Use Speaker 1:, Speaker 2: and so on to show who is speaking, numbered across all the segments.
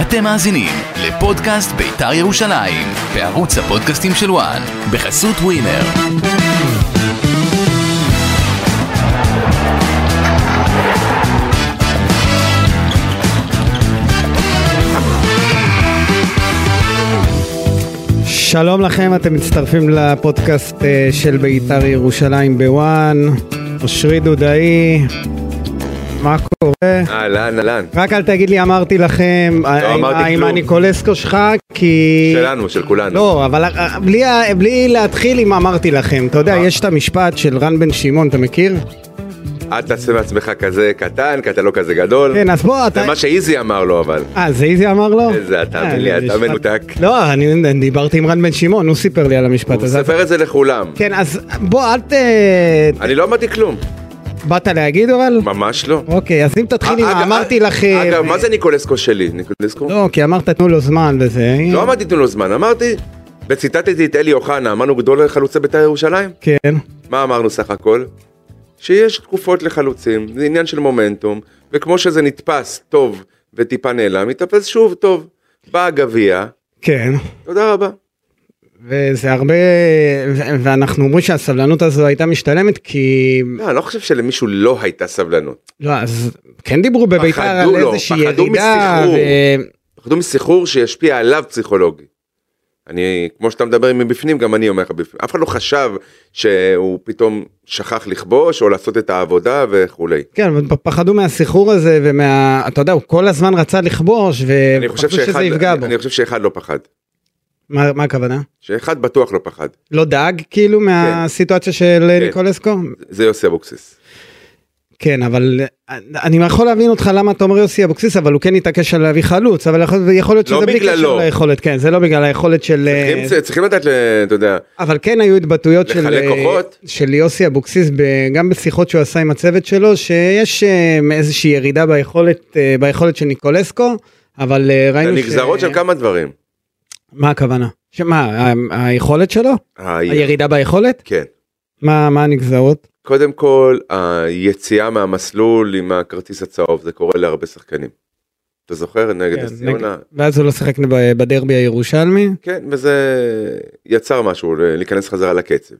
Speaker 1: אתם מאזינים לפודקאסט בית"ר ירושלים, בערוץ הפודקאסטים של וואן, בחסות ווינר.
Speaker 2: שלום לכם, אתם מצטרפים לפודקאסט אה, של בית"ר ירושלים בוואן, אושרי דודאי, מה קורה?
Speaker 3: אהלן, אהלן.
Speaker 2: רק אל תגיד לי אמרתי לכם, אה, עם-
Speaker 3: לא אמרתי
Speaker 2: עם
Speaker 3: כלום.
Speaker 2: הניקולסקו שלך, כי...
Speaker 3: שלנו, של כולנו.
Speaker 2: לא, אבל אה, בלי, ה- בלי להתחיל עם אמרתי לכם, אתה יודע, יש את המשפט של רן בן שמעון, אתה מכיר?
Speaker 3: אל תעשה מעצמך כזה קטן, כי אתה לא כזה גדול.
Speaker 2: כן, אז בוא, אתה...
Speaker 3: זה מה שאיזי אמר לו, אבל.
Speaker 2: אה, זה איזי אמר לו?
Speaker 3: איזה, אתה
Speaker 2: אה,
Speaker 3: מבין לי,
Speaker 2: זה
Speaker 3: אתה
Speaker 2: משפט-
Speaker 3: מנותק.
Speaker 2: לא, אני אני דיברתי עם רן בן שמעון, הוא סיפר לי על המשפט
Speaker 3: הוא
Speaker 2: הזה.
Speaker 3: מספר את זה לכולם.
Speaker 2: כן, אז בוא, אל ת...
Speaker 3: אני לא אמרתי כלום.
Speaker 2: באת להגיד אבל?
Speaker 3: ממש לא.
Speaker 2: אוקיי, אז אם תתחיל עם
Speaker 3: אגב,
Speaker 2: אמרתי לכם...
Speaker 3: אה, אגב, מה זה ניקולסקו שלי? ניקולסקו?
Speaker 2: לא, כי אמרת תנו לו זמן וזה.
Speaker 3: לא אמרתי תנו לו זמן, אמרתי. וציטטתי את אלי אוחנה, אמרנו גדול חלוצי בית"ר ירושלים.
Speaker 2: כן.
Speaker 3: מה אמרנו סך הכל? שיש תקופות לחלוצים, זה עניין של מומנטום, וכמו שזה נתפס טוב וטיפה נעלם, יתפס שוב טוב. בא הגביע,
Speaker 2: כן.
Speaker 3: תודה רבה.
Speaker 2: וזה הרבה... ו- ואנחנו אומרים שהסבלנות הזו הייתה משתלמת כי...
Speaker 3: לא, אני לא חושב שלמישהו לא הייתה סבלנות.
Speaker 2: לא, אז כן דיברו בביתר
Speaker 3: פחדו
Speaker 2: על
Speaker 3: לו,
Speaker 2: איזושהי
Speaker 3: פחדו
Speaker 2: ירידה.
Speaker 3: מסחרור.
Speaker 2: ו-
Speaker 3: פחדו מסחרור שישפיע עליו פסיכולוגי. אני, כמו שאתה מדבר מבפנים, גם אני אומר לך בפנים. אף אחד לא חשב שהוא פתאום שכח לכבוש או לעשות את העבודה וכולי.
Speaker 2: כן, אבל פחדו מהסחרור הזה ומה... אתה יודע, הוא כל הזמן רצה לכבוש,
Speaker 3: אני חושב
Speaker 2: ופחדו שזה
Speaker 3: שאחד,
Speaker 2: יפגע בו.
Speaker 3: אני חושב שאחד לא פחד.
Speaker 2: מה מה הכוונה?
Speaker 3: שאחד בטוח לא פחד.
Speaker 2: לא דאג כאילו מהסיטואציה של
Speaker 3: כן.
Speaker 2: ניקולסקו?
Speaker 3: זה יוסי אבוקסיס.
Speaker 2: כן, אבל אה, אני יכול להבין אותך למה אתה אומר יוסי אבוקסיס, אבל הוא כן התעקש על להביא חלוץ, אבל יכול יכול להיות
Speaker 3: לא
Speaker 2: שזה בלי קשר
Speaker 3: בגללו.
Speaker 2: ליכולת, כן, זה לא בגלל היכולת של... אה,
Speaker 3: צריכים- צריכים לדעת, ל- אתה יודע,
Speaker 2: אבל כן היו התבטאויות של,
Speaker 3: לחלק
Speaker 2: אה,
Speaker 3: כוחות.
Speaker 2: של יוסי אבוקסיס, ב- גם בשיחות שהוא עשה עם הצוות שלו, שיש אה, איזושהי ירידה ביכולת, אה, ביכולת של ניקולסקו, אבל אה,
Speaker 3: זה
Speaker 2: ראינו
Speaker 3: נגזרות של כמה דברים.
Speaker 2: מה הכוונה? שמה, ה- היכולת שלו? הירידה ביכולת?
Speaker 3: כן.
Speaker 2: מה, מה הנגזרות?
Speaker 3: קודם כל, היציאה מהמסלול עם הכרטיס הצהוב, זה קורה להרבה שחקנים. אתה זוכר? נגד
Speaker 2: כן,
Speaker 3: נס ציונה.
Speaker 2: נגד- ואז הוא לא שיחק ב- בדרבי הירושלמי?
Speaker 3: כן, וזה יצר משהו, ל- להיכנס חזרה לקצב.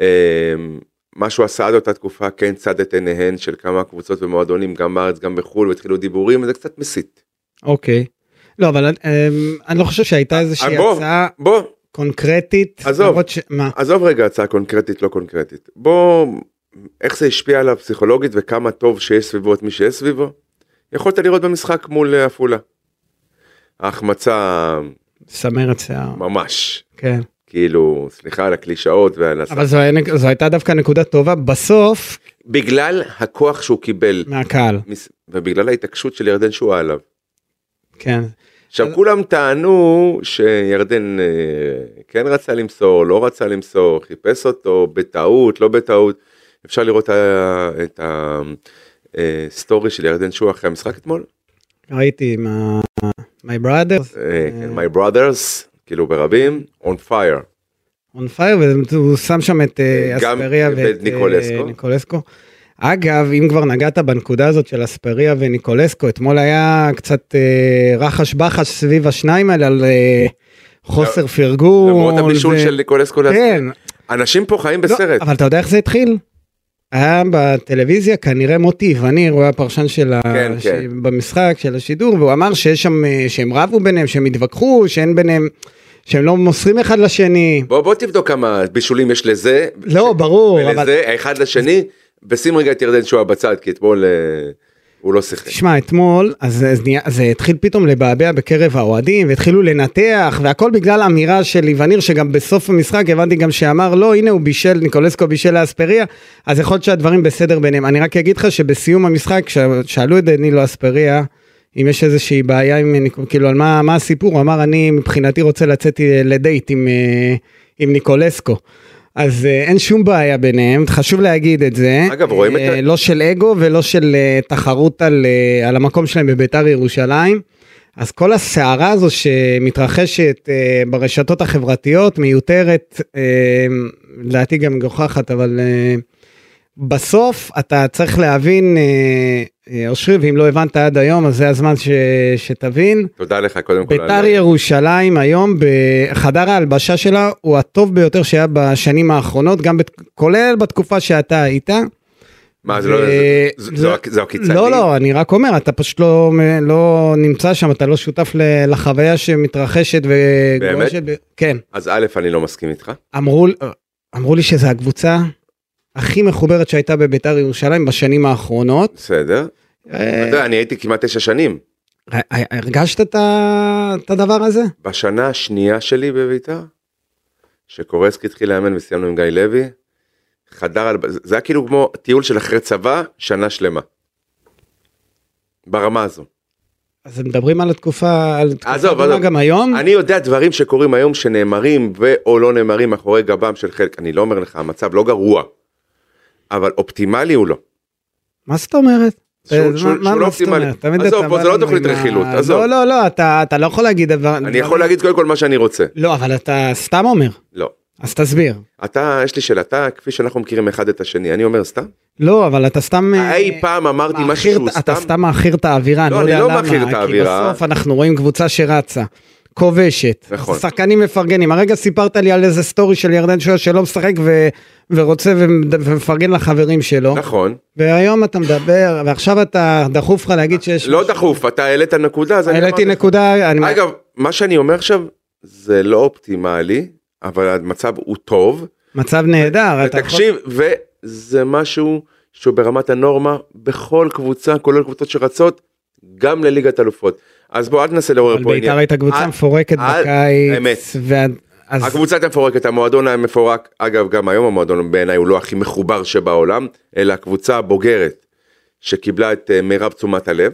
Speaker 3: אמ, מה שהוא עשה עד אותה תקופה, כן צד את עיניהן של כמה קבוצות ומועדונים, גם בארץ, גם בחו"ל, והתחילו דיבורים, וזה קצת מסית.
Speaker 2: אוקיי. לא, אבל אמ, אני לא חושב שהייתה איזושהי
Speaker 3: בוא.
Speaker 2: הצעה
Speaker 3: בוא,
Speaker 2: קונקרטית.
Speaker 3: אה, עזוב.
Speaker 2: למרות ש... מה?
Speaker 3: עזוב רגע הצעה קונקרטית, לא קונקרטית. בוא, איך זה השפיע עליו פסיכולוגית, וכמה טוב שיש סביבו את מי שיש סביבו? יכולת לראות במשחק מול אה, עפולה. ההחמצה
Speaker 2: צמרת שיער.
Speaker 3: ממש,
Speaker 2: כן.
Speaker 3: כאילו, סליחה על הקלישאות ועל הס...
Speaker 2: אבל זו, היה- זו הייתה דווקא נקודה טובה בסוף
Speaker 3: בגלל הכוח שהוא קיבל
Speaker 2: מהקהל.
Speaker 3: מס- ובגלל ההתעקשות של ירדן שואה עליו.
Speaker 2: כן.
Speaker 3: עכשיו
Speaker 2: אז-
Speaker 3: כולם טענו שירדן אה, כן רצה למסור, לא רצה למסור, חיפש אותו בטעות, לא בטעות. אפשר לראות ה- את הסטורי של ירדן שואה אחרי המשחק אתמול,
Speaker 2: ראיתי עם ה... My brothers
Speaker 3: אה, כן, My Brothers, כאילו ברבים, on fire.
Speaker 2: on fire, והוא שם שם את אה,
Speaker 3: גם
Speaker 2: אספריה
Speaker 3: ואת
Speaker 2: ואת אה,
Speaker 3: ניקולסקו.
Speaker 2: ניקולסקו. אגב, אם כבר נגעת בנקודה הזאת של אספריה וניקולסקו, אתמול היה קצת אה, רחש בחש סביב השניים האלה על אה, חוסר פרגון.
Speaker 3: לא. למרות הבישול
Speaker 2: ו-
Speaker 3: של ניקולסקו,
Speaker 2: כן,
Speaker 3: אנשים פה חיים
Speaker 2: לא,
Speaker 3: בסרט.
Speaker 2: אבל אתה יודע איך זה התחיל? היה בטלוויזיה כנראה מוטי וניר, הוא היה הפרשן של ה...
Speaker 3: כן,
Speaker 2: ש...
Speaker 3: כן.
Speaker 2: במשחק, של השידור, והוא אמר שיש שם, אה, שהם רבו ביניהם, שהם התווכחו, שאין ביניהם, שהם לא מוסרים אחד לשני.
Speaker 3: בוא בוא תבדוק כמה בישולים יש לזה,
Speaker 2: לא, ברור, אבל...
Speaker 3: ולזה האחד לשני, ושים רגע את ירדן שואה בצד, כי אתמול אה, הוא לא שיחק.
Speaker 2: תשמע, אתמול, אז זה- זה נהיה- זה התחיל פתאום לבעבע בקרב האוהדים, והתחילו לנתח, והכל בגלל אמירה של איווניר, שגם בסוף המשחק הבנתי גם שאמר, לא, הנה הוא בישל, ניקולסקו בישל לאספריה, אז יכול להיות שהדברים בסדר ביניהם. אני רק אגיד לך שבסיום המשחק, כששאלו את דנילו אספריה, אם יש איזושהי בעיה עם, ניק- כאילו, על מה, מה הסיפור, הוא אמר, אני מבחינתי רוצה לצאת אה, לדייט עם, אה, עם ניקולסקו. אז אה, אין שום בעיה ביניהם, חשוב להגיד את זה.
Speaker 3: אגב, רואים את
Speaker 2: אה,
Speaker 3: ה-
Speaker 2: לא של אגו ולא של אה, תחרות על, אה, על המקום שלהם בביתר ירושלים. אז כל הסערה הזו שמתרחשת אה, ברשתות החברתיות מיותרת, אה, לדעתי גם מגוחכת, אבל אה, בסוף אתה צריך להבין, אה, אה, אושרי, ואם לא הבנת עד היום, אז זה הזמן ש, שתבין.
Speaker 3: תודה לך קודם כל. על-
Speaker 2: ביתר ירושלים היום, בחדר ההלבשה שלה, הוא הטוב ביותר שהיה בשנים האחרונות, גם בת, כולל בתקופה שאתה היית.
Speaker 3: מה, זה
Speaker 2: ו-
Speaker 3: לא... זה- זה-
Speaker 2: לא-
Speaker 3: זה- זה הקיצני?
Speaker 2: לא, לא, אני רק אומר, אתה פשוט לא, לא נמצא שם, אתה לא שותף ל- לחוויה שמתרחשת וגורשת. ב- כן.
Speaker 3: אז א', אני לא מסכים איתך.
Speaker 2: אמרו, אמרו לי שזו הקבוצה הכי מחוברת שהייתה בביתר ירושלים בשנים האחרונות.
Speaker 3: בסדר. אתה
Speaker 2: אה,
Speaker 3: יודע, אני הייתי כמעט תשע שנים.
Speaker 2: ה- הרגשת את ה- את הדבר הזה?
Speaker 3: בשנה השנייה שלי בביתר, שקורסקי התחיל לאמן וסיימנו עם גיא לוי, חדר על... זה היה כאילו כמו טיול של אחרי צבא, שנה שלמה. ברמה הזו.
Speaker 2: אז הם מדברים על התקופה, על תקופה
Speaker 3: עזוב,
Speaker 2: גדולה
Speaker 3: עזוב.
Speaker 2: גם היום.
Speaker 3: אני יודע דברים שקורים היום שנאמרים ואו לא נאמרים מאחורי גבם של חלק, אני לא אומר לך, המצב לא גרוע, אבל אופטימלי הוא לא.
Speaker 2: מה זאת אומרת?
Speaker 3: שהוא-
Speaker 2: אה,
Speaker 3: שהוא-
Speaker 2: מה- מה
Speaker 3: שהוא לא
Speaker 2: זאת אומרת?
Speaker 3: אופטימלי.
Speaker 2: תמיד
Speaker 3: עזוב,
Speaker 2: אתה
Speaker 3: פה זה
Speaker 2: בא
Speaker 3: לא
Speaker 2: לנו
Speaker 3: תוכנית
Speaker 2: עם ה-
Speaker 3: רכילות, עזוב.
Speaker 2: לא, לא, לא, אתה אתה לא יכול להגיד דבר...
Speaker 3: אני יכול להגיד קודם כל מה שאני רוצה.
Speaker 2: לא, אבל אתה סתם אומר,
Speaker 3: לא.
Speaker 2: אז תסביר.
Speaker 3: אתה, יש לי שאלה, אתה, כפי שאנחנו מכירים אחד את השני, אני אומר סתם?
Speaker 2: לא, אבל אתה סתם... אה,
Speaker 3: אי פעם אמרתי
Speaker 2: מעכיר
Speaker 3: משהו שהוא
Speaker 2: את- אתה
Speaker 3: סתם?
Speaker 2: סתם מעכיר את האווירה, אני
Speaker 3: לא,
Speaker 2: לא
Speaker 3: אני
Speaker 2: יודע
Speaker 3: לא
Speaker 2: למה.
Speaker 3: מעכיר את האווירה.
Speaker 2: כי בסוף אנחנו רואים קבוצה שרצה, כובשת,
Speaker 3: נכון.
Speaker 2: שחקנים מפרגנים. הרגע סיפרת לי על איזה סטורי של ירדן שואה שלא משחק ו... ורוצה ומד- ומפרגן לחברים שלו,
Speaker 3: נכון.
Speaker 2: והיום אתה מדבר, ועכשיו אתה דחוף לך להגיד שיש...
Speaker 3: לא דחוף, אתה העלית נקודה, אז אני
Speaker 2: העליתי
Speaker 3: אמרתי-
Speaker 2: נקודה, אני...
Speaker 3: אגב, מה שאני אומר עכשיו, זה לא אופטימלי, אבל המצב הוא טוב.
Speaker 2: מצב נהדר, אה, אתה יכול...
Speaker 3: תקשיב, וזה משהו שהוא ברמת הנורמה בכל קבוצה, כולל קבוצות שרצות, גם לליגת אלופות. אז בוא, אל תנסה לעורר
Speaker 2: אבל
Speaker 3: פה
Speaker 2: בית"ר
Speaker 3: עניין.
Speaker 2: הייתה קבוצה
Speaker 3: אה,
Speaker 2: מפורקת
Speaker 3: אה, אמת.
Speaker 2: בקיץ, וה- אז
Speaker 3: הקבוצה הייתה מפורקת, המועדון היה מפורק, אגב, גם היום המועדון בעיניי הוא לא הכי מחובר שבעולם, אלא הקבוצה הבוגרת, שקיבלה את אה, מירב תשומת הלב.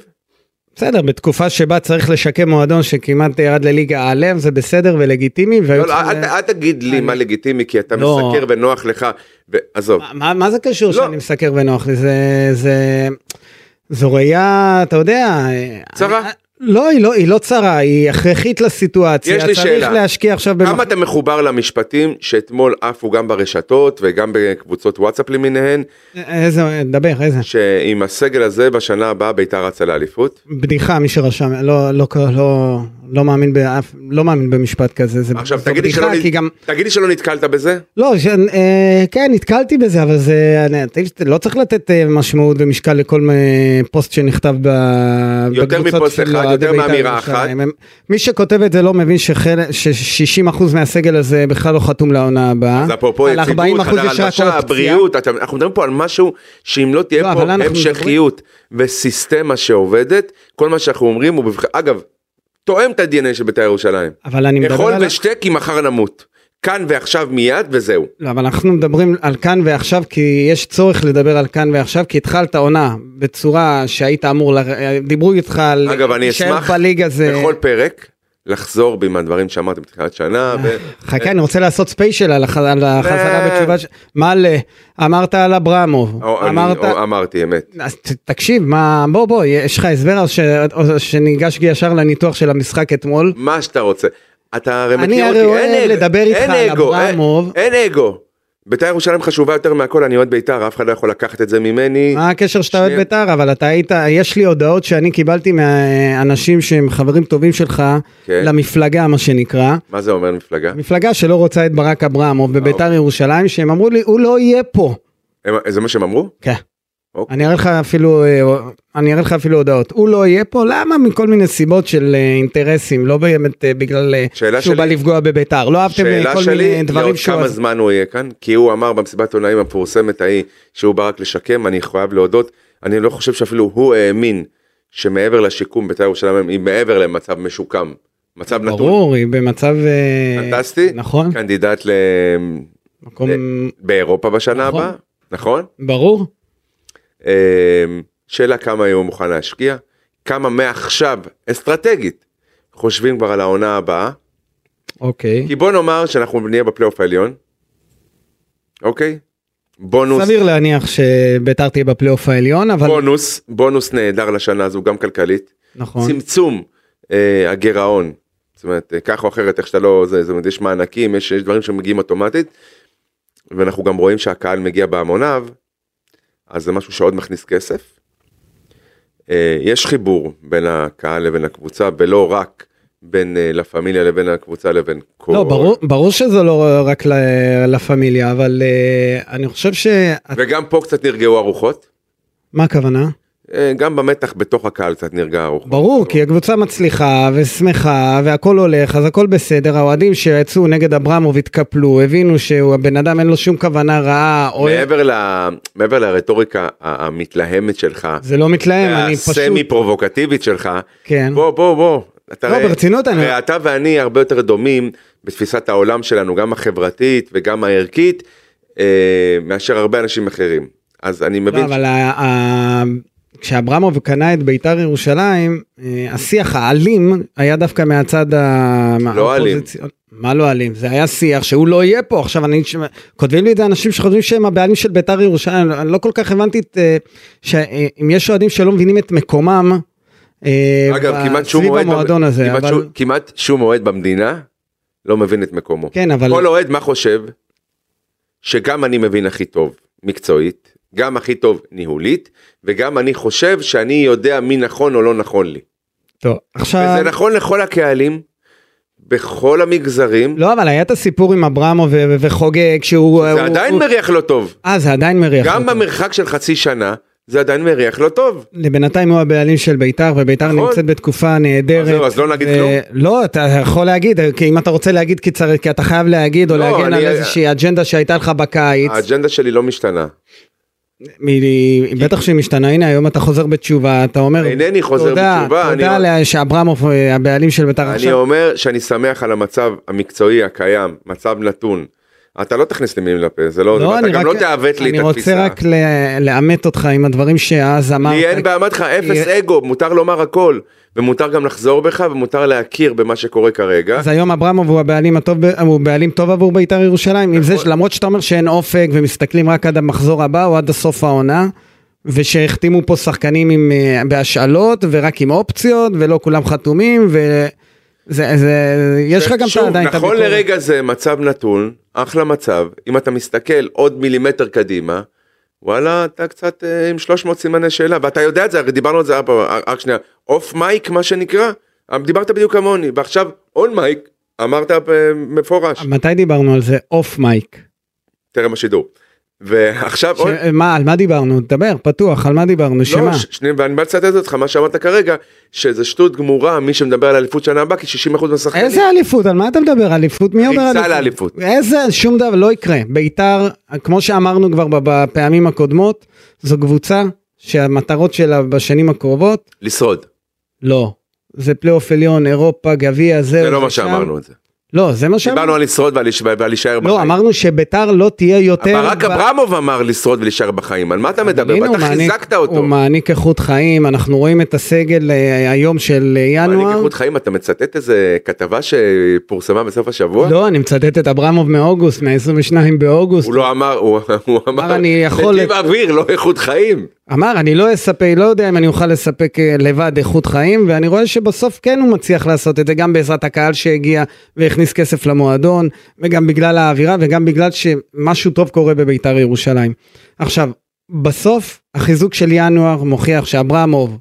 Speaker 2: בסדר, בתקופה שבה צריך לשקם מועדון שכמעט ירד לליגה א', זה בסדר ולגיטימי, והיו
Speaker 3: לא, לא,
Speaker 2: צריכים-
Speaker 3: אל אל תגיד לי
Speaker 2: אני-
Speaker 3: מה לגיטימי, כי אתה
Speaker 2: לא. אה,
Speaker 3: מסקר ונוח לך, ו- עזוב.
Speaker 2: מה- מה, מה זה קשור
Speaker 3: לא.
Speaker 2: שאני מסקר ונוח לי? זה... זה... זו ראייה, אתה יודע...
Speaker 3: צרה.
Speaker 2: אני, לא, היא לא, היא לא צרה, היא הכרחית לסיטואציה.
Speaker 3: יש לי
Speaker 2: צריך
Speaker 3: שאלה.
Speaker 2: להשקיע עכשיו
Speaker 3: כמה אתה מחובר למשפטים שאתמול עפו גם ברשתות וגם בקבוצות וואטסאפ למיניהן,
Speaker 2: אה, איזה, דבר, איזה.
Speaker 3: שעם הסגל הזה בשנה הבאה ביתר רצה לאליפות?
Speaker 2: בדיחה, מי שרשם, לא, לא, לא, לא, לא מאמין באף, לא מאמין במשפט כזה. כן, זה,
Speaker 3: עכשיו
Speaker 2: זו
Speaker 3: תגיד לי
Speaker 2: בדיחה,
Speaker 3: שלא נ-
Speaker 2: כי גם...
Speaker 3: תגיד לי שלא נתקלת בזה?
Speaker 2: לא, ש... אה, כן, נתקלתי בזה, אבל זה... אני, אתה- לא צריך לתת אה, משמעות ומשקל לכל אה, פוסט שנכתב ב...
Speaker 3: יותר
Speaker 2: בקבוצות
Speaker 3: מפוסט
Speaker 2: של
Speaker 3: אחד,
Speaker 2: אוהדי
Speaker 3: יותר
Speaker 2: בית"ר
Speaker 3: מאמירה אחת.
Speaker 2: ירושלים. הם- מי שכותב את זה לא מבין שחל- ש-60% מהסגל הזה בכלל לא חתום לעונה הבאה.
Speaker 3: אז אפרופו
Speaker 2: על 40%
Speaker 3: יציבות,
Speaker 2: יש
Speaker 3: חדר
Speaker 2: רק
Speaker 3: הלבשה,
Speaker 2: אופציה.
Speaker 3: הבריאות, אתה- אנחנו מדברים פה על משהו שאם לא
Speaker 2: לא,
Speaker 3: תהיה
Speaker 2: אבל
Speaker 3: פה
Speaker 2: אנחנו
Speaker 3: המשכיות וסיסטמה שעובדת, כל מה שאנחנו אומרים הוא, בבח- אגב, תואם את ה-DNA של בית"ר ירושלים.
Speaker 2: אבל אני מדבר
Speaker 3: אכול
Speaker 2: על...
Speaker 3: ושתה כי מחר נמות. כאן ועכשיו מיד וזהו.
Speaker 2: לא, אבל אנחנו מדברים על כאן ועכשיו, כי יש צורך לדבר על כאן ועכשיו, כי התחלת עונה בצורה שהיית אמור, ל... דיברו איתך על...
Speaker 3: אגב, אני
Speaker 2: להישאר
Speaker 3: אשמח
Speaker 2: בליגה זה...
Speaker 3: בכל פרק לחזור בי מהדברים שאמרתי בתחילת שנה. ו-
Speaker 2: חכה, אני רוצה לעשות ספיישל על הח- על החזרה
Speaker 3: ו-
Speaker 2: בתשובה. ש- מה ל... אמרת על אברמוב,
Speaker 3: או, אני-
Speaker 2: אמרת...
Speaker 3: או, אמרתי אמת.
Speaker 2: אז ת- תקשיב, מה... בוא, בוא, יש לך הסבר אז ש- או שניגש ישר לניתוח של המשחק אתמול?
Speaker 3: מה שאתה רוצה. אתה הרי
Speaker 2: אני
Speaker 3: מכיר
Speaker 2: הרי
Speaker 3: אותי,
Speaker 2: אוהב
Speaker 3: אין אגו,
Speaker 2: לדבר איתך
Speaker 3: אין
Speaker 2: על
Speaker 3: אגו, אין-
Speaker 2: אברמוב.
Speaker 3: אין אגו. בית"ר ירושלים חשובה יותר מהכל, אני אוהד בית"ר, אף אחד לא יכול לקחת את זה ממני.
Speaker 2: מה הקשר שאתה אוהד
Speaker 3: שנייה.
Speaker 2: בית"ר? אבל אתה היית, יש לי הודעות שאני קיבלתי מאנשים שהם חברים טובים שלך,
Speaker 3: כן.
Speaker 2: למפלגה, מה שנקרא.
Speaker 3: מה זה אומר מפלגה?
Speaker 2: מפלגה שלא רוצה את ברק אברמוב
Speaker 3: אוקיי.
Speaker 2: בבית"ר ירושלים, שהם אמרו לי, הוא לא יהיה פה.
Speaker 3: הם- זה מה שהם אמרו?
Speaker 2: כן.
Speaker 3: אוקיי.
Speaker 2: אני אראה לך אפילו אה, אני אראה לך אפילו הודעות הוא לא יהיה פה למה מכל מיני סיבות של אה, אינטרסים לא באמת אה, בגלל אה,
Speaker 3: שאלה
Speaker 2: שהוא
Speaker 3: שלי-
Speaker 2: בא לפגוע בביתר לא אהבתם אה,
Speaker 3: שאלה
Speaker 2: כל
Speaker 3: שלי,
Speaker 2: מיני דברים
Speaker 3: לעוד
Speaker 2: שהוא
Speaker 3: כמה זמן הוא יהיה כאן? כי הוא אמר במסיבת עונאים המפורסמת ההיא שהוא בא רק לשקם, אני חייב להודות, אני לא חושב שאפילו הוא האמין שמעבר לשיקום בית"ר ירושלים היא מעבר למצב משוקם. מצב נתון.
Speaker 2: ברור היא במצב אה,
Speaker 3: פנטסטי. כן. אה.
Speaker 2: נכון
Speaker 3: קנדידט ל...
Speaker 2: מקום
Speaker 3: באירופה בשנה
Speaker 2: נכון.
Speaker 3: הבאה, נכון?
Speaker 2: ברור
Speaker 3: אמ, שאלה כמה הוא מוכן להשקיע, כמה מעכשיו, אסטרטגית, חושבים כבר על העונה הבאה,
Speaker 2: אוקיי
Speaker 3: כי בוא נאמר שאנחנו נהיה בפלייאוף העליון, אוקיי? בונוס,
Speaker 2: סביר להניח שביתר תהיה בפלייאוף העליון אבל
Speaker 3: בונוס, בונוס נהדר לשנה הזו, גם כלכלית,
Speaker 2: נכון
Speaker 3: צמצום אה, הגירעון, זאת אומרת, אה, כך או אחרת, איך שאתה לא, זה, זאת אומרת, יש מענקים, יש, יש דברים שמגיעים אוטומטית, ואנחנו גם רואים שהקהל מגיע בהמוניו, אז זה משהו שעוד מכניס כסף. אה, יש חיבור בין הקהל לבין הקבוצה, ולא רק בין אה, לה פמיליה לבין הקבוצה לבין כל...
Speaker 2: לא, ברור, ברור שזה לא רק ל- לה פמיליה, אבל אה, אני חושב ש...
Speaker 3: וגם פה קצת נרגעו הרוחות.
Speaker 2: מה הכוונה?
Speaker 3: אה, גם במתח בתוך הקהל קצת נרגע הרוחות.
Speaker 2: ברור, כי הקבוצה מצליחה ושמחה והכל הולך, אז הכל בסדר. האוהדים שיצאו נגד אברמוב התקפלו, הבינו שהוא הבן אדם אין לו שום כוונה רעה, או...
Speaker 3: מעבר, ל... מעבר לרטוריקה ה- המתלהמת שלך,
Speaker 2: זה לא מתלהם, אני פשוט...
Speaker 3: הסמי פרובוקטיבית שלך,
Speaker 2: כן.
Speaker 3: בוא בוא בוא. אתה
Speaker 2: לא,
Speaker 3: רואה-
Speaker 2: ברצינות אני-
Speaker 3: הרי אתה ואני הרבה יותר דומים בתפיסת העולם שלנו, גם החברתית וגם הערכית, אה, מאשר הרבה אנשים אחרים. אז אני
Speaker 2: לא,
Speaker 3: מבין, ש-
Speaker 2: אבל ה- ה- כשאברמוב קנה את ביתר ירושלים, אה, השיח האלים היה דווקא מהצד ה...
Speaker 3: לא אלים.
Speaker 2: האופוזיציון- מה לא אלים? זה היה שיח שהוא לא יהיה פה. עכשיו, אני... ש- כותבים לי את זה אנשים שחושבים שהם הבעלים של ביתר ירושלים, אני לא כל כך הבנתי את... אה, שאם יש אוהדים שלא מבינים את מקומם, אה,
Speaker 3: אגב,
Speaker 2: ב-
Speaker 3: כמעט שום
Speaker 2: סביב
Speaker 3: אוהד,
Speaker 2: המועדון
Speaker 3: במ-
Speaker 2: הזה,
Speaker 3: כמעט,
Speaker 2: אבל...
Speaker 3: שום, כמעט שום אוהד במדינה לא מבין את מקומו.
Speaker 2: כן, אבל...
Speaker 3: כל אוהד מה חושב? שגם אני מבין הכי טוב מקצועית, גם הכי טוב ניהולית, וגם אני חושב שאני יודע מי נכון או לא נכון לי.
Speaker 2: טוב, עכשיו...
Speaker 3: וזה נכון לכל הקהלים, בכל המגזרים,
Speaker 2: לא, אבל היה את הסיפור עם אברמוב ו- ו- וחוגג, שהוא...
Speaker 3: זה
Speaker 2: הוא-
Speaker 3: עדיין
Speaker 2: הוא-
Speaker 3: מריח לא טוב.
Speaker 2: אה, זה עדיין מריח.
Speaker 3: גם
Speaker 2: אותו.
Speaker 3: במרחק של חצי שנה, זה עדיין מריח לא טוב.
Speaker 2: לבינתיים הוא הבעלים של ביתר, וביתר
Speaker 3: נכון.
Speaker 2: נמצאת בתקופה
Speaker 3: אז
Speaker 2: נהדרת.
Speaker 3: זהו, אז לא נגיד
Speaker 2: ו-
Speaker 3: כלום?
Speaker 2: לא, אתה יכול להגיד, כי אם אתה רוצה להגיד כי צריך, כי אתה חייב להגיד, או
Speaker 3: לא,
Speaker 2: להגן
Speaker 3: אני-
Speaker 2: על איזושהי אג'נדה שהייתה לך בקיץ.
Speaker 3: האג'נדה שלי לא משתנה.
Speaker 2: מ- בטח שהיא משתנה, הנה היום אתה חוזר בתשובה, אתה אומר,
Speaker 3: אינני חוזר
Speaker 2: "תודה,
Speaker 3: בתשובה, אני-
Speaker 2: תודה לה- שאברמוב אה, הבעלים של ביתר
Speaker 3: אני
Speaker 2: עכשיו.
Speaker 3: אומר שאני שמח על המצב המקצועי הקיים, מצב נתון. אתה לא תכניס לי מילים לפה, זה לא,
Speaker 2: לא,
Speaker 3: אתה
Speaker 2: אני
Speaker 3: גם
Speaker 2: רק-
Speaker 3: לא תעוות לי
Speaker 2: אני
Speaker 3: את התפיסה.
Speaker 2: רוצה רק ל- לעמת אותך עם הדברים שאז אמרת.
Speaker 3: לי אין בעיה, אמרתי לך, אפס
Speaker 2: יהיה-
Speaker 3: אגו, מותר לומר הכל, ומותר גם לחזור בך, ומותר להכיר במה שקורה כרגע.
Speaker 2: אז היום אברמוב הוא הבעלים הטוב, ב- הוא בעלים טוב עבור בית"ר ירושלים, עם
Speaker 3: נכון.
Speaker 2: זה שלמרות שאתה אומר שאין אופק ומסתכלים רק עד המחזור הבא או עד הסוף העונה, ושהחתימו פה שחקנים עם, אה, בהשאלות ורק עם אופציות ולא כולם חתומים, וזה, זה, יש לך גם את
Speaker 3: שוב,
Speaker 2: עדיין את
Speaker 3: נכון לרגע זה מצב נתון, אחלה מצב, אם אתה מסתכל עוד מילימטר קדימה, וואלה, אתה קצת אה, עם 300 סימני שאלה, ואתה יודע את זה, הרי דיברנו על זה ארבע פעמים, רק שנייה, אוף מייק מה שנקרא, אה, דיברת בדיוק כמוני, ועכשיו און מייק, אמרת אה, מפורש,
Speaker 2: מתי דיברנו על זה? אוף מייק.
Speaker 3: טרם השידור. ועכשיו,
Speaker 2: ש...
Speaker 3: און-
Speaker 2: מה, על מה דיברנו? דבר, פתוח, על מה דיברנו?
Speaker 3: נכון. לא,
Speaker 2: שמה?
Speaker 3: ש- שנייה, ואני בא לצטט אותך, מה שאמרת כרגע, שזה שטות גמורה, מי שמדבר על אליפות שנה הבאה, כי 60% מהשחקנים,
Speaker 2: איזה אליפות? על מה אתה מדבר? אליפות? מי אומר
Speaker 3: ריצה
Speaker 2: אליפות?
Speaker 3: לאליפות.
Speaker 2: איזה? שום דבר, לא יקרה. ביתר, כמו שאמרנו כבר ב- בפעמים הקודמות, זו קבוצה שהמטרות שלה בשנים הקרובות,
Speaker 3: לשרוד,
Speaker 2: לא. זה פלייאוף עליון, אירופה, גביע, זהו.
Speaker 3: זה לא מה
Speaker 2: שם.
Speaker 3: שאמרנו את זה.
Speaker 2: לא, זה מה שאמרנו.
Speaker 3: דיברנו על לשרוד ועל להיש- ועל להישאר בחיים.
Speaker 2: לא, אמרנו שביתר לא תהיה יותר...
Speaker 3: ברק
Speaker 2: ב-
Speaker 3: אברמוב אמר לשרוד ולהישאר בחיים, על מה אתה מדבר?
Speaker 2: הנה,
Speaker 3: ואתה
Speaker 2: הוא מעניק-
Speaker 3: חיזקת אותו.
Speaker 2: הוא מעניק איכות חיים, אנחנו רואים את הסגל אה, היום של אה,
Speaker 3: מעניק
Speaker 2: ינואר.
Speaker 3: איכות חיים, אתה מצטט איזה כתבה שפורסמה בסוף השבוע?
Speaker 2: לא, אני מצטט את אברמוב מאוגוסט, מה-22 באוגוסט.
Speaker 3: הוא לא אמר, הוא הוא אמר,
Speaker 2: אני יכול-
Speaker 3: נתיב אוויר, לא איכות חיים.
Speaker 2: אמר אני לא אספק, לא יודע אם אני אוכל לספק אה, לבד איכות חיים ואני רואה שבסוף כן הוא מצליח לעשות את זה גם בעזרת הקהל שהגיע והכניס כסף למועדון וגם בגלל האווירה וגם בגלל שמשהו טוב קורה בביתר ירושלים. עכשיו בסוף החיזוק של ינואר מוכיח שאברמוב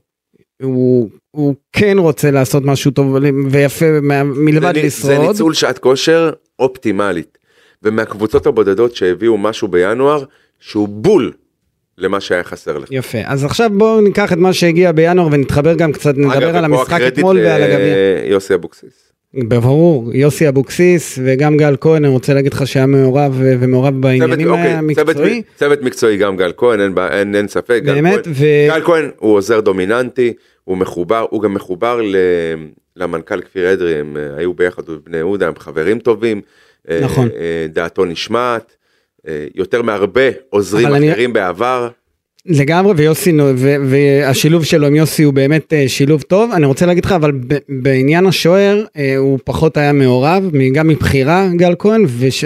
Speaker 2: הוא, הוא כן רוצה לעשות משהו טוב ויפה מה- מלבד
Speaker 3: זה נ- זה
Speaker 2: לשרוד.
Speaker 3: ניצול שעת כושר אופטימלית. ומהקבוצות הבודדות שהביאו משהו בינואר, שהוא בול למה שהיה חסר לך.
Speaker 2: יפה אז עכשיו בואו ניקח את מה שהגיע בינואר ונתחבר גם קצת נדבר
Speaker 3: אגב,
Speaker 2: על
Speaker 3: ופה
Speaker 2: המשחק
Speaker 3: הקרדיט
Speaker 2: אתמול ועל הגביע.
Speaker 3: ליוסי אבוקסיס.
Speaker 2: ברור, יוסי אבוקסיס וגם גל כהן, אני רוצה להגיד לך שהיה מעורב אה, ומעורב בעניינים
Speaker 3: צוות- אוקיי,
Speaker 2: המקצועי.
Speaker 3: צוות- צוות מקצועי גם גל כהן, אין בעיה, אין אין ספק. גל
Speaker 2: באמת,
Speaker 3: כהן.
Speaker 2: ו-
Speaker 3: גל כהן הוא עוזר דומיננטי, הוא מחובר, הוא גם מחובר ל- למנכ"ל כפיר אדרי, הם אה, היו ביחד בבני יהודה, הם חברים טובים. אה,
Speaker 2: נכון.
Speaker 3: אה, דעתו נשמעת, אה, יותר מהרבה עוזרים
Speaker 2: אבל אני-
Speaker 3: אחרים בעבר.
Speaker 2: לגמרי, ויוסי, נו- ו- והשילוב שלו עם יוסי הוא באמת אה, שילוב טוב. אני רוצה להגיד לך, אבל ב- בעניין השוער, אה, הוא פחות היה מעורב, מ- גם מבחירה, גל כהן,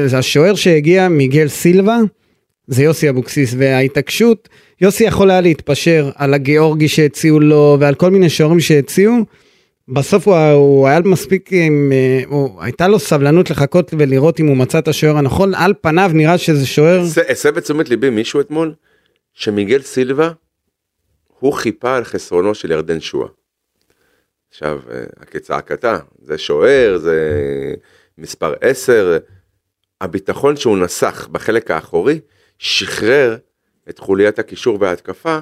Speaker 2: והשוער שהגיע, מיגל סילבה, זה יוסי אבוקסיס, וההתעקשות, יוסי יכול היה להתפשר על הגיאורגי שהציעו לו, ועל כל מיני שוערים שהציעו. בסוף הוא, הוא היה מספיק, עם, אה, הוא, הייתה לו סבלנות לחכות ולראות אם הוא מצא את השוער הנכון, על פניו נראה שזה שוער,
Speaker 3: הסב את תשומת ליבי מישהו אתמול, שמיגל סילבה, הוא חיפה על חסרונו של ירדן שואה. עכשיו, אה, כצעקתה, זה שוער, זה מספר 10, הביטחון שהוא נסח בחלק האחורי, שחרר את חוליית הקישור וההתקפה,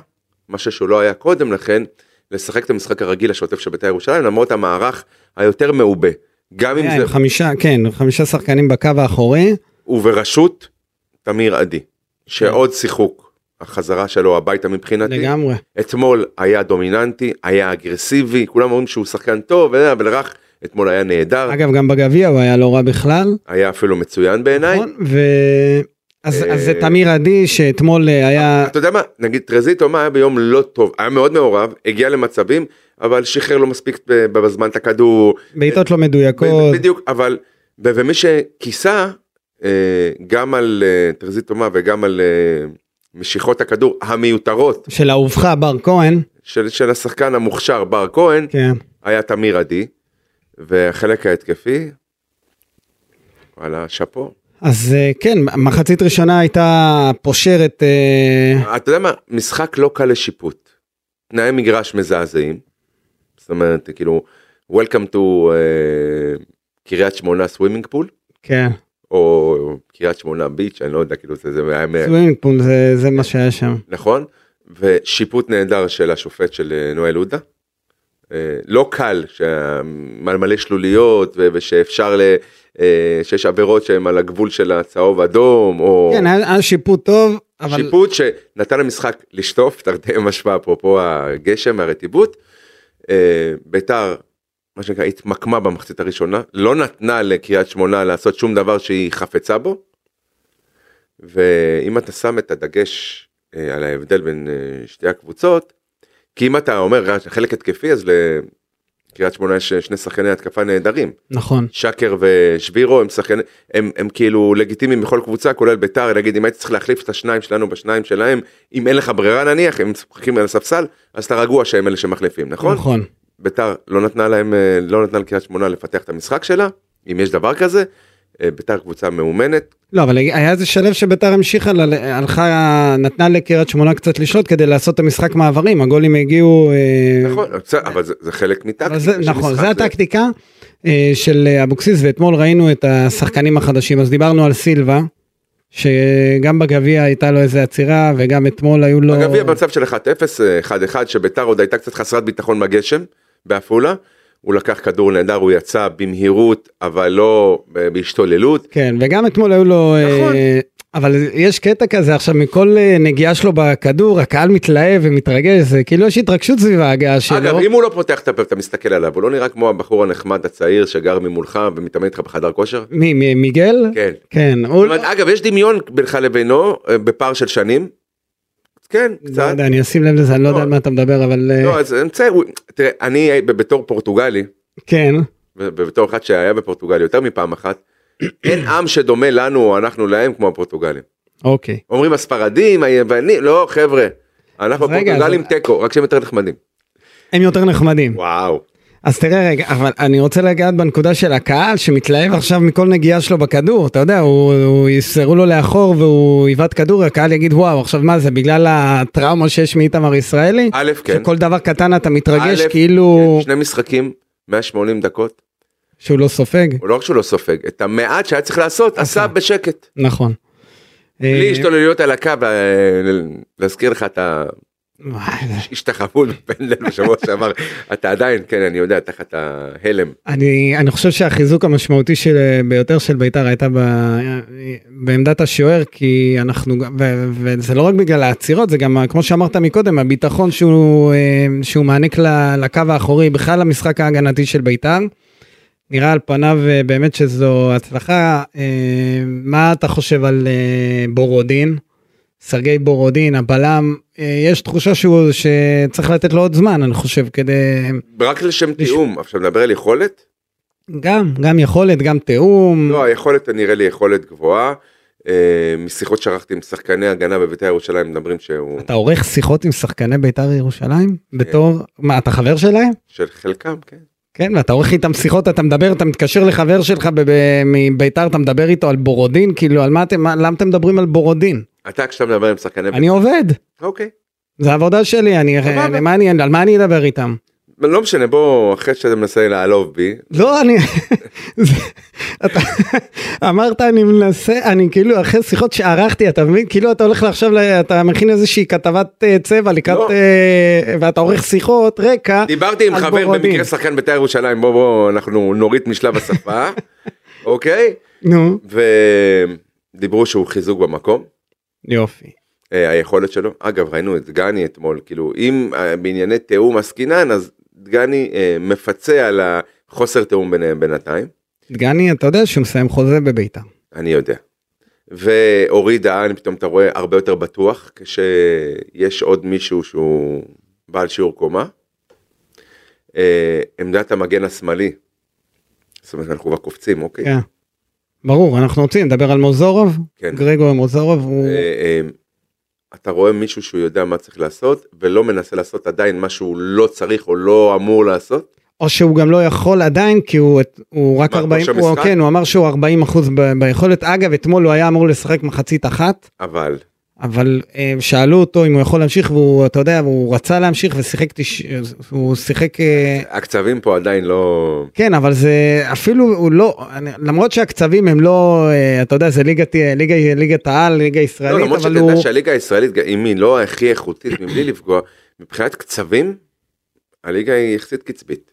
Speaker 3: משהו שהוא לא היה קודם לכן, לשחק את המשחק הרגיל השוטף של בית"ר ירושלים, למרות המערך היותר מעובה. גם
Speaker 2: היה
Speaker 3: אם
Speaker 2: עם
Speaker 3: זה
Speaker 2: חמישה, כן, חמישה שחקנים בקו האחורי,
Speaker 3: ובראשות תמיר עדי, שעוד שיחוק, החזרה שלו הביתה מבחינתי.
Speaker 2: כן. לגמרי.
Speaker 3: אתמול היה דומיננטי, היה אגרסיבי, כולם אומרים שהוא שחקן טוב, אה, אבל רך, אתמול היה נהדר,
Speaker 2: אגב, גם בגביע הוא היה לא רע בכלל.
Speaker 3: היה אפילו מצוין בעיניי.
Speaker 2: נכון? ו... אז,
Speaker 3: אה,
Speaker 2: אז זה תמיר עדי שאתמול אה, היה,
Speaker 3: אתה יודע מה, נגיד טרזיטו מה היה ביום לא טוב, היה מאוד מעורב, הגיע למצבים, אבל שחרר לא מספיק ב- ב- בזמן את הכדור,
Speaker 2: בעיטות לא
Speaker 3: ב-
Speaker 2: מדויקות,
Speaker 3: בדיוק, אבל, ו- ומי שכיסה, אה, גם על אה, טרזיטו מה וגם על אה, משיכות הכדור המיותרות
Speaker 2: של אהובך בר כהן,
Speaker 3: של, של השחקן המוכשר בר כהן,
Speaker 2: כן,
Speaker 3: היה תמיר עדי, והחלק ההתקפי, וואלה, שאפו.
Speaker 2: אז אה, כן, מחצית ראשונה הייתה פושרת, אה,
Speaker 3: אתה יודע מה, משחק לא קל לשיפוט. תנאי מגרש מזעזעים. זאת אומרת, כאילו, Welcome to אה, קריית שמונה סווימינג פול,
Speaker 2: כן,
Speaker 3: או קריית שמונה ביץ', אני לא יודע, כאילו, זה, זה היה, מ-
Speaker 2: סווינג פול זה- זה מה שהיה שם,
Speaker 3: נכון? ושיפוט נהדר של השופט של אה, נואל עודה. אה, לא קל, מלא שלוליות, ו- ושאפשר ל... אה, שיש עבירות שהן על הגבול של הצהוב אדום, או...
Speaker 2: כן, היה היה שיפוט טוב, אבל
Speaker 3: שיפוט שנתן למשחק לשטוף תרתי משמע אפרופו הגשם והרטיבות. אה, ביתר מה שנקרא התמקמה במחצית הראשונה לא נתנה לקריית שמונה לעשות שום דבר שהיא חפצה בו. ואם אתה שם את הדגש אה, על ההבדל בין אה, שתי הקבוצות כי אם אתה אומר "רק חלק התקפי אז לקריית שמונה יש אה, שני שחקני התקפה נהדרים
Speaker 2: נכון,
Speaker 3: שקר ושבירו הם שחקנים הם, הם כאילו לגיטימיים בכל קבוצה כולל ביתר נגיד אם הייתי צריך להחליף את השניים שלנו בשניים שלהם אם אין לך ברירה נניח הם משחקים על הספסל אז אתה רגוע שהם אלה שמחליפים נכון, נכון.
Speaker 2: נכון,
Speaker 3: ביתר לא נתנה להם אה, לא נתנה לקריית שמונה לפתח את המשחק שלה אם יש דבר כזה אה, ביתר קבוצה מאומנת
Speaker 2: לא, אבל היה איזה שלב שביתר המשיכה, ל- הלכה, נתנה לקריית שמונה קצת לשלוט כדי לעשות את המשחק מעברים, הגולים הגיעו... אה,
Speaker 3: נכון אבל זה, זה חלק מטקטיקה
Speaker 2: אבל זה,
Speaker 3: של
Speaker 2: נכון,
Speaker 3: משחק,
Speaker 2: זו הטקטיקה אה, של אה, אבוקסיס, ואתמול ראינו את השחקנים החדשים, אז דיברנו על סילבה, שגם בגביע הייתה לו איזה עצירה, וגם אתמול היו לו...
Speaker 3: הגביע במצב של 1-0, 1-1, שביתר עוד הייתה קצת חסרת ביטחון בגשם בעפולה. הוא לקח כדור נהדר, הוא יצא במהירות, אבל לא אה, בהשתוללות.
Speaker 2: כן, וגם אתמול היו לו... אה,
Speaker 3: נכון.
Speaker 2: אבל יש קטע כזה עכשיו, מכל אה, נגיעה שלו בכדור, הקהל מתלהב ומתרגש, זה כאילו יש התרגשות סביב ההגעה שלו.
Speaker 3: אגב, אם הוא לא פותח את הפה ואתה מסתכל עליו, הוא לא נראה כמו הבחור הנחמד הצעיר שגר ממולך ומתאמן איתך בחדר כושר?
Speaker 2: מי, מי, מיגל?
Speaker 3: כן.
Speaker 2: כן,
Speaker 3: זאת
Speaker 2: הוא...
Speaker 3: אומרת, אגב, יש דמיון בינך לבינו אה, בפער של שנים? כן,
Speaker 2: לא
Speaker 3: קצת.
Speaker 2: יודע, אני אשים לב לזה, אני לא יודע על מה אתה מדבר, אבל אה,
Speaker 3: לא, אז אני מצטער, הוא- תראה, אני אה, בתור פורטוגלי,
Speaker 2: כן,
Speaker 3: ובתור אחד שהיה בפורטוגל יותר מפעם אחת, אין עם שדומה לנו או אנחנו להם כמו הפורטוגלים.
Speaker 2: אוקיי.
Speaker 3: אומרים הספרדים, היוונים, לא חבר'ה, אנחנו
Speaker 2: אז רגע,
Speaker 3: הפורטוגלים
Speaker 2: אז-
Speaker 3: תיקו, רק שהם יותר נחמדים.
Speaker 2: הם יותר נחמדים.
Speaker 3: וואו.
Speaker 2: אז תראה רגע, אבל אני רוצה לגעת בנקודה של הקהל שמתלהב עכשיו מכל נגיעה שלו בכדור, אתה יודע, הוא, הוא יסרו לו לאחור והוא יבעט כדור, הקהל יגיד וואו, עכשיו מה זה, בגלל הטראומה שיש מאיתמר ישראלי?
Speaker 3: א', כן.
Speaker 2: שכל דבר קטן אתה מתרגש
Speaker 3: א',
Speaker 2: כאילו
Speaker 3: כן, שני משחקים, 180 דקות,
Speaker 2: שהוא לא סופג,
Speaker 3: הוא לא רק שהוא לא סופג, את המעט שהיה צריך לעשות, עשה בשקט.
Speaker 2: נכון.
Speaker 3: בלי
Speaker 2: אוקיי. אה,
Speaker 3: השתוללויות על הקו, אה, ל- להזכיר לך את ה-
Speaker 2: וואי,
Speaker 3: השתחוות בפנדל בשבוע שעבר, אתה עדיין, כן, אני יודע, תחת ההלם.
Speaker 2: אני, אני חושב שהחיזוק המשמעותי של, ביותר של בית"ר הייתה ב, בעמדת השוער, כי אנחנו, גם- ו, וזה לא רק בגלל העצירות, זה גם, כמו שאמרת מקודם, הביטחון שהוא, אה, שהוא מעניק ל- לקו האחורי, בכלל למשחק ההגנתי של בית"ר. נראה על פניו אה, באמת שזו הצלחה. אה, מה אתה חושב על אה, בורודין? סרגי בורודין, הבלם, אה, יש תחושה שהוא, שצריך לתת לו עוד זמן, אני חושב, כדי...
Speaker 3: רק לשם תיאום, עכשיו נדבר על יכולת?
Speaker 2: גם, גם יכולת, גם תיאום.
Speaker 3: לא, היכולת נראה לי יכולת גבוהה. אה, משיחות שערכתי עם שחקני הגנה בבית"ר ירושלים מדברים שהוא
Speaker 2: אתה עורך שיחות עם שחקני בית"ר ירושלים?
Speaker 3: כן.
Speaker 2: בתור, מה, אתה חבר שלהם?
Speaker 3: של חלקם, כן.
Speaker 2: כן, ואתה עורך איתם שיחות, אתה מדבר, אתה מתקשר לחבר שלך בב- מבית"ר, אתה מדבר איתו על בורודין, כאילו, על מה אתם, מה- למה אתם מדברים על בורודין?
Speaker 3: אתה כשאתה מדבר עם שחקני...
Speaker 2: אני עובד,
Speaker 3: אוקיי.
Speaker 2: זה העבודה שלי, אני,
Speaker 3: כן. סבבה.
Speaker 2: למה אני, על מה אני אדבר איתם?
Speaker 3: לא משנה, בוא, אחרי שאתה מנסה לעלוב בי,
Speaker 2: לא, אני... זה- אתה אמרת, אני מנסה, אני כאילו, אחרי שיחות שערכתי, אתה מבין? כאילו, אתה הולך עכשיו, ל- אתה מכין איזושהי כתבת אה, צבע לקראת...
Speaker 3: לא.
Speaker 2: אה, ואתה עורך שיחות, רקע.
Speaker 3: דיברתי עם
Speaker 2: על
Speaker 3: חבר
Speaker 2: בורדים.
Speaker 3: במקרה שחקן בית"ר ירושלים, בוא בוא, אנחנו נוריד משלב השפה, אוקיי?
Speaker 2: נו,
Speaker 3: ודיברו שהוא חיזוק במקום,
Speaker 2: יופי.
Speaker 3: אה, היכולת שלו. אגב, ראינו את דגני אתמול, כאילו, אם אה, בענייני תיאום עסקינן, אז דגני אה, מפצה על החוסר תיאום ביניהם בינתיים,
Speaker 2: דגני, אתה יודע שהוא מסיים חוזה בביתר.
Speaker 3: אני יודע. ואורי דהן, פתאום אתה רואה הרבה יותר בטוח, כשיש עוד מישהו שהוא בעל שיעור קומה. אה, עמדת המגן השמאלי, זאת אומרת, אנחנו כבר קופצים, אוקיי?
Speaker 2: כן. ברור, אנחנו רוצים לדבר על מוזורוב.
Speaker 3: כן.
Speaker 2: גרגו מוזורוב הוא...
Speaker 3: אה, אה, אתה רואה מישהו שהוא יודע מה צריך לעשות ולא מנסה לעשות עדיין מה שהוא לא צריך או לא אמור לעשות.
Speaker 2: או שהוא גם לא יכול עדיין כי הוא, הוא רק
Speaker 3: מה, לא
Speaker 2: 40,
Speaker 3: כושר
Speaker 2: הוא,
Speaker 3: משחק?
Speaker 2: כן, הוא אמר שהוא 40 אחוז ביכולת, אגב אתמול הוא היה אמור לשחק מחצית אחת,
Speaker 3: אבל
Speaker 2: אבל אה, שאלו אותו אם הוא יכול להמשיך והוא, אתה יודע, הוא רצה להמשיך ושיחק, תש... הוא שיחק, אה,
Speaker 3: הקצבים פה עדיין לא...
Speaker 2: כן אבל זה אפילו הוא לא, אני, למרות שהקצבים הם לא, אה, אתה יודע, זה ליגת, ליגה, ליגת העל, ליגה
Speaker 3: לא,
Speaker 2: ישראלית,
Speaker 3: למרות
Speaker 2: אבל
Speaker 3: שאתה
Speaker 2: הוא,
Speaker 3: יודע שהליגה הישראלית, אם היא לא הכי איכותית מבלי לפגוע, מבחינת קצבים, הליגה היא יחסית קצבית.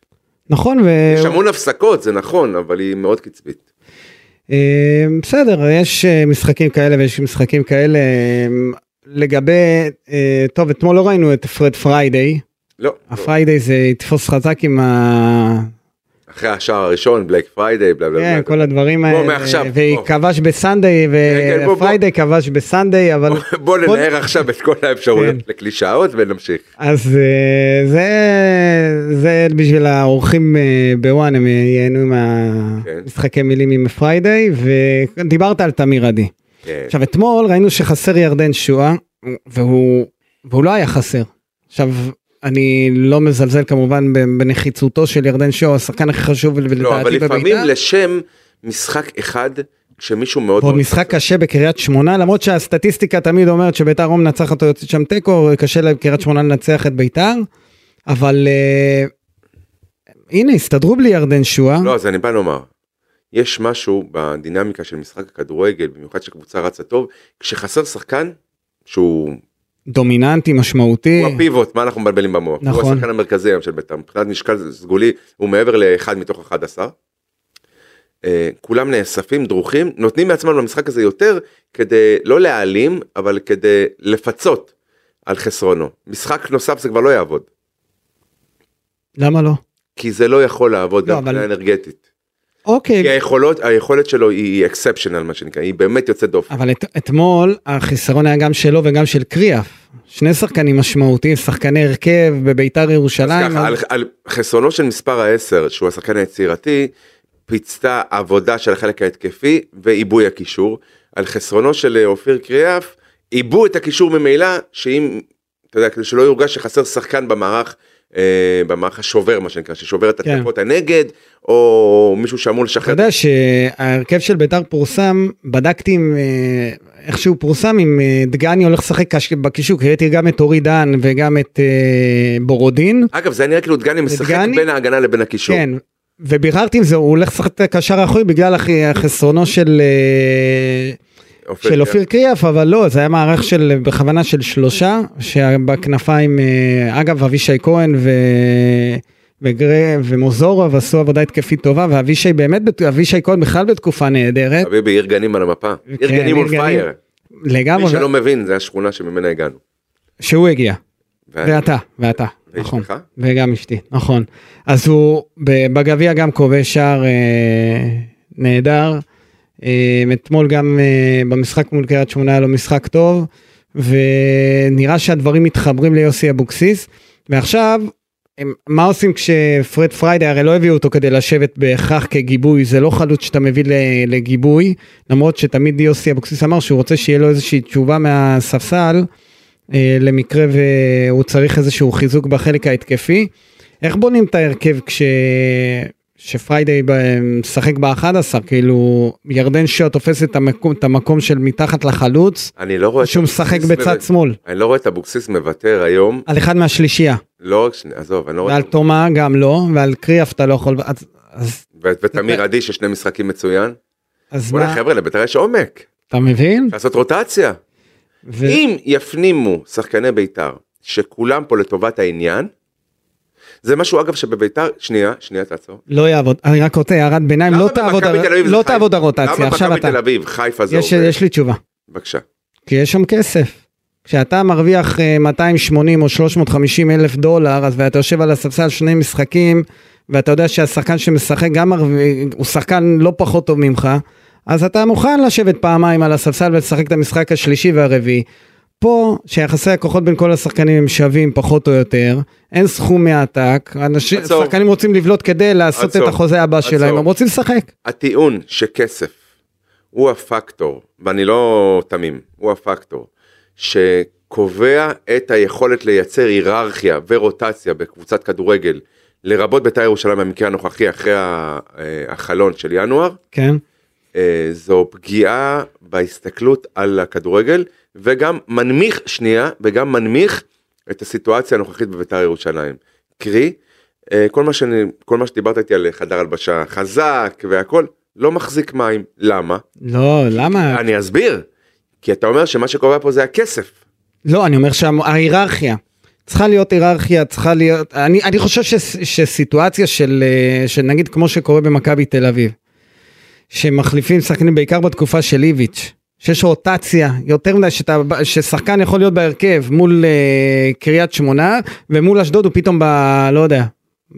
Speaker 2: נכון, ו...
Speaker 3: יש המון הפסקות, זה נכון, אבל היא מאוד קצבית.
Speaker 2: אה, בסדר, יש אה, משחקים כאלה ויש משחקים כאלה. אה, לגבי, אה, טוב, אתמול לא ראינו את פרד פריידיי.
Speaker 3: לא, לא.
Speaker 2: הפריידיי זה יתפוס חזק עם ה...
Speaker 3: אחרי השער הראשון, בלק פריידיי, בלה בלה
Speaker 2: כן,
Speaker 3: בלה.
Speaker 2: כל הדברים האלה.
Speaker 3: מעכשיו,
Speaker 2: והיא
Speaker 3: בוא.
Speaker 2: כבש בסנדיי,
Speaker 3: כן, בוא, בוא.
Speaker 2: ופריידיי כבש בסנדיי, אבל...
Speaker 3: בוא ננער עכשיו את כל האפשרויות
Speaker 2: כן.
Speaker 3: לקלישאות ונמשיך.
Speaker 2: אז אה, זה זה בשביל האורחים אה, בוואן, הם ייהנו
Speaker 3: כן.
Speaker 2: מהמשחקי מילים עם פריידיי, ודיברת על תמיר עדי.
Speaker 3: כן.
Speaker 2: עכשיו אתמול ראינו שחסר ירדן שואה והוא והוא לא היה חסר. עכשיו אני לא מזלזל כמובן ב- בנחיצותו של ירדן שואה השחקן הכי חשוב ול-
Speaker 3: לא, אבל
Speaker 2: ולדעתי
Speaker 3: לפעמים
Speaker 2: בבית"ר.
Speaker 3: לשם משחק אחד, כשמישהו מאוד
Speaker 2: ועוד
Speaker 3: מאוד
Speaker 2: משחק
Speaker 3: חסר.
Speaker 2: קשה בקריית שמונה למרות שהסטטיסטיקה תמיד אומרת שביתר או מנצחת או יוצאת שם תיקו קשה לקריית שמונה לנצח את ביתר אבל אה, הנה הסתדרו בלי ירדן שואה
Speaker 3: לא, אז אני בא לומר, יש משהו בדינמיקה של משחק הכדורגל, במיוחד שקבוצה רצה טוב, כשחסר שחקן, שהוא
Speaker 2: דומיננטי משמעותי
Speaker 3: הוא הפיבוט, מה אנחנו מבלבלים במוח? הוא
Speaker 2: כן. נכון.
Speaker 3: השחקן המרכזי היום של בית"ר, מבחינת משקל סגולי, הוא מעבר לאחד מתוך 11. אה, כולם נאספים, דרוכים, נותנים מעצמם למשחק הזה יותר כדי לא להעלים, אבל כדי לפצות על חסרונו. משחק נוסף זה כבר לא יעבוד.
Speaker 2: למה לא
Speaker 3: כי זה לא יכול לעבוד
Speaker 2: לא,
Speaker 3: גם מבחינה
Speaker 2: אבל-
Speaker 3: אנרגטית. כי
Speaker 2: אוקיי
Speaker 3: היכולות, היכולת שלו היא אקספשיונל מה שנקרא, היא באמת יוצאת דופן.
Speaker 2: אבל את, אתמול החיסרון היה גם שלו וגם של קריאף. שני שחקנים משמעותיים, שחקני הרכב בביתר
Speaker 3: אז
Speaker 2: ירושלים.
Speaker 3: ככה, על, על חסרונו של מספר ה-10, שהוא השחקן היצירתי, פיצתה עבודה של החלק ההתקפי ועיבוי הקישור. על חסרונו של אה, אופיר קריאף, עיבו את הקישור ממילא, שאם, אתה יודע, כדי שלא יורגש שחסר שחקן במערך, אה, במערך השובר מה שנקרא, ששובר את
Speaker 2: כן.
Speaker 3: התקפות הנגד, או מישהו שאמור
Speaker 2: אתה
Speaker 3: לשחרר.
Speaker 2: יודע שההרכב של ביתר פורסם, בדקתי עם, אה, איך שהוא פורסם, אם אה, דגני הולך לשחק קש- בקישור, כי ראיתי גם את אורי דן וגם את אה, בורודין.
Speaker 3: אגב, זה היה נראה כאילו דגני משחק
Speaker 2: דגני?
Speaker 3: בין ההגנה לבין הקישור.
Speaker 2: כן, וביררתי אם זה, הוא הולך לשחק את הקשר האחורי בגלל הח- החסרונו של... אה, של
Speaker 3: קריאף.
Speaker 2: אופיר קריאף אבל לא זה היה מערך של בכוונה של שלושה שבכנפיים אה, אגב אבישי כהן ו... וגרי ומוזורוב עשו עבודה התקפית טובה ואבישי באמת בת- אבישי כהן בכלל בתקופה נהדרת
Speaker 3: חביבי, עיר גנים על המפה. עיר
Speaker 2: כן,
Speaker 3: גנים
Speaker 2: עיר
Speaker 3: און
Speaker 2: גנים.
Speaker 3: פייר. מי
Speaker 2: לגמרי
Speaker 3: שלא מבין, זה השכונה שממנה הגענו.
Speaker 2: שהוא הגיע
Speaker 3: ואני-
Speaker 2: ואתה ואתה
Speaker 3: כן. ואשתך?
Speaker 2: נכון וגם אשתי נכון אז הוא ב- בגביע גם כובש שער אה, נהדר אה, אתמול גם אה, במשחק מול קריית שמונה היה לו משחק טוב ונראה שהדברים מתחברים ליוסי אבוקסיס ועכשיו הם, מה עושים כשפרד פריידי הרי לא הביאו אותו כדי לשבת בהכרח כגיבוי זה לא חלוץ שאתה מביא ל- לגיבוי למרות שתמיד יוסי אבוקסיס אמר שהוא רוצה שיהיה לו איזושהי תשובה מהספסל אה, למקרה והוא צריך איזשהו חיזוק בחלק ההתקפי. איך בונים את ההרכב כש... שפריידי ב- משחק ב-11, כאילו ירדן שואה תופס את המקום, את המקום של מתחת לחלוץ,
Speaker 3: אני לא רואה... את
Speaker 2: שהוא משחק
Speaker 3: אבוקסיס
Speaker 2: בצד
Speaker 3: מוותר-
Speaker 2: שמאל,
Speaker 3: אני לא רואה את אבוקסיס מוותר היום,
Speaker 2: על אחד מהשלישייה,
Speaker 3: לא רק שני, עזוב, אני לא רואה...
Speaker 2: ועל
Speaker 3: את-
Speaker 2: תומה גם לא, ועל קריאף אתה לא יכול, אז- אז-
Speaker 3: ו- ותמיר עדי ששני משחקים מצוין.
Speaker 2: אז
Speaker 3: בוא'נה
Speaker 2: מה,
Speaker 3: חבר'ה, לבית"ר יש עומק,
Speaker 2: אתה מבין?
Speaker 3: לעשות רוטציה.
Speaker 2: ו-
Speaker 3: אם יפנימו שחקני בית"ר שכולם פה לטובת העניין, זה משהו אגב שבבית"ר, שנייה, שנייה תעצור.
Speaker 2: לא יעבוד, אני רק רוצה הערת ביניים, לא
Speaker 3: למה
Speaker 2: תעבוד
Speaker 3: במכבי
Speaker 2: הר-
Speaker 3: תל אביב זה
Speaker 2: לא
Speaker 3: חיפה?
Speaker 2: תעבוד הרוטציה, עכשיו
Speaker 3: למה
Speaker 2: אתה,
Speaker 3: מכבי תל אביב, חיפה זה
Speaker 2: יש-
Speaker 3: עובד?
Speaker 2: יש לי תשובה,
Speaker 3: בבקשה.
Speaker 2: כי יש שם כסף. כשאתה מרוויח אה, 280 או 350 אלף דולר, אז ואתה יושב על הספסל שני משחקים, ואתה יודע שהשחקן שמשחק גם מרוויח, הוא שחקן לא פחות טוב ממך, אז אתה מוכן לשבת פעמיים על הספסל ולשחק את המשחק השלישי והרביעי. פה, שיחסי הכוחות בין כל השחקנים הם שווים פחות או יותר, אין סכום מעתק, אנשים,
Speaker 3: עצור.
Speaker 2: שחקנים רוצים לבלוט כדי לעשות
Speaker 3: עצור.
Speaker 2: את החוזה הבא שלהם,
Speaker 3: עצור.
Speaker 2: הם רוצים לשחק.
Speaker 3: הטיעון שכסף הוא הפקטור, ואני לא תמים, הוא הפקטור, שקובע את היכולת לייצר היררכיה ורוטציה בקבוצת כדורגל, לרבות בית"ר ירושלים במקרה הנוכחי אחרי ה- אה, החלון של ינואר,
Speaker 2: כן,
Speaker 3: אה, זו פגיעה בהסתכלות על הכדורגל, וגם מנמיך, שנייה, וגם מנמיך את הסיטואציה הנוכחית בבית"ר ירושלים. קרי, אה, כל מה, שאני, כל מה שדיברת איתי על חדר הלבשה חזק והכל, לא מחזיק מים. למה?
Speaker 2: לא, למה?
Speaker 3: אני אסביר. כי אתה אומר שמה שקובע פה זה הכסף.
Speaker 2: לא, אני אומר שההיררכיה. צריכה להיות היררכיה, צריכה להיות... אני, אני חושב שס, שסיטואציה של, אה, של נגיד כמו שקורה במכבי תל אביב, שמחליפים שחקנים בעיקר בתקופה של איביץ', שיש רוטציה יותר מדי, שאתה, ששחקן יכול להיות בהרכב מול אה, קריית שמונה, ומול אשדוד הוא פתאום ב... לא יודע,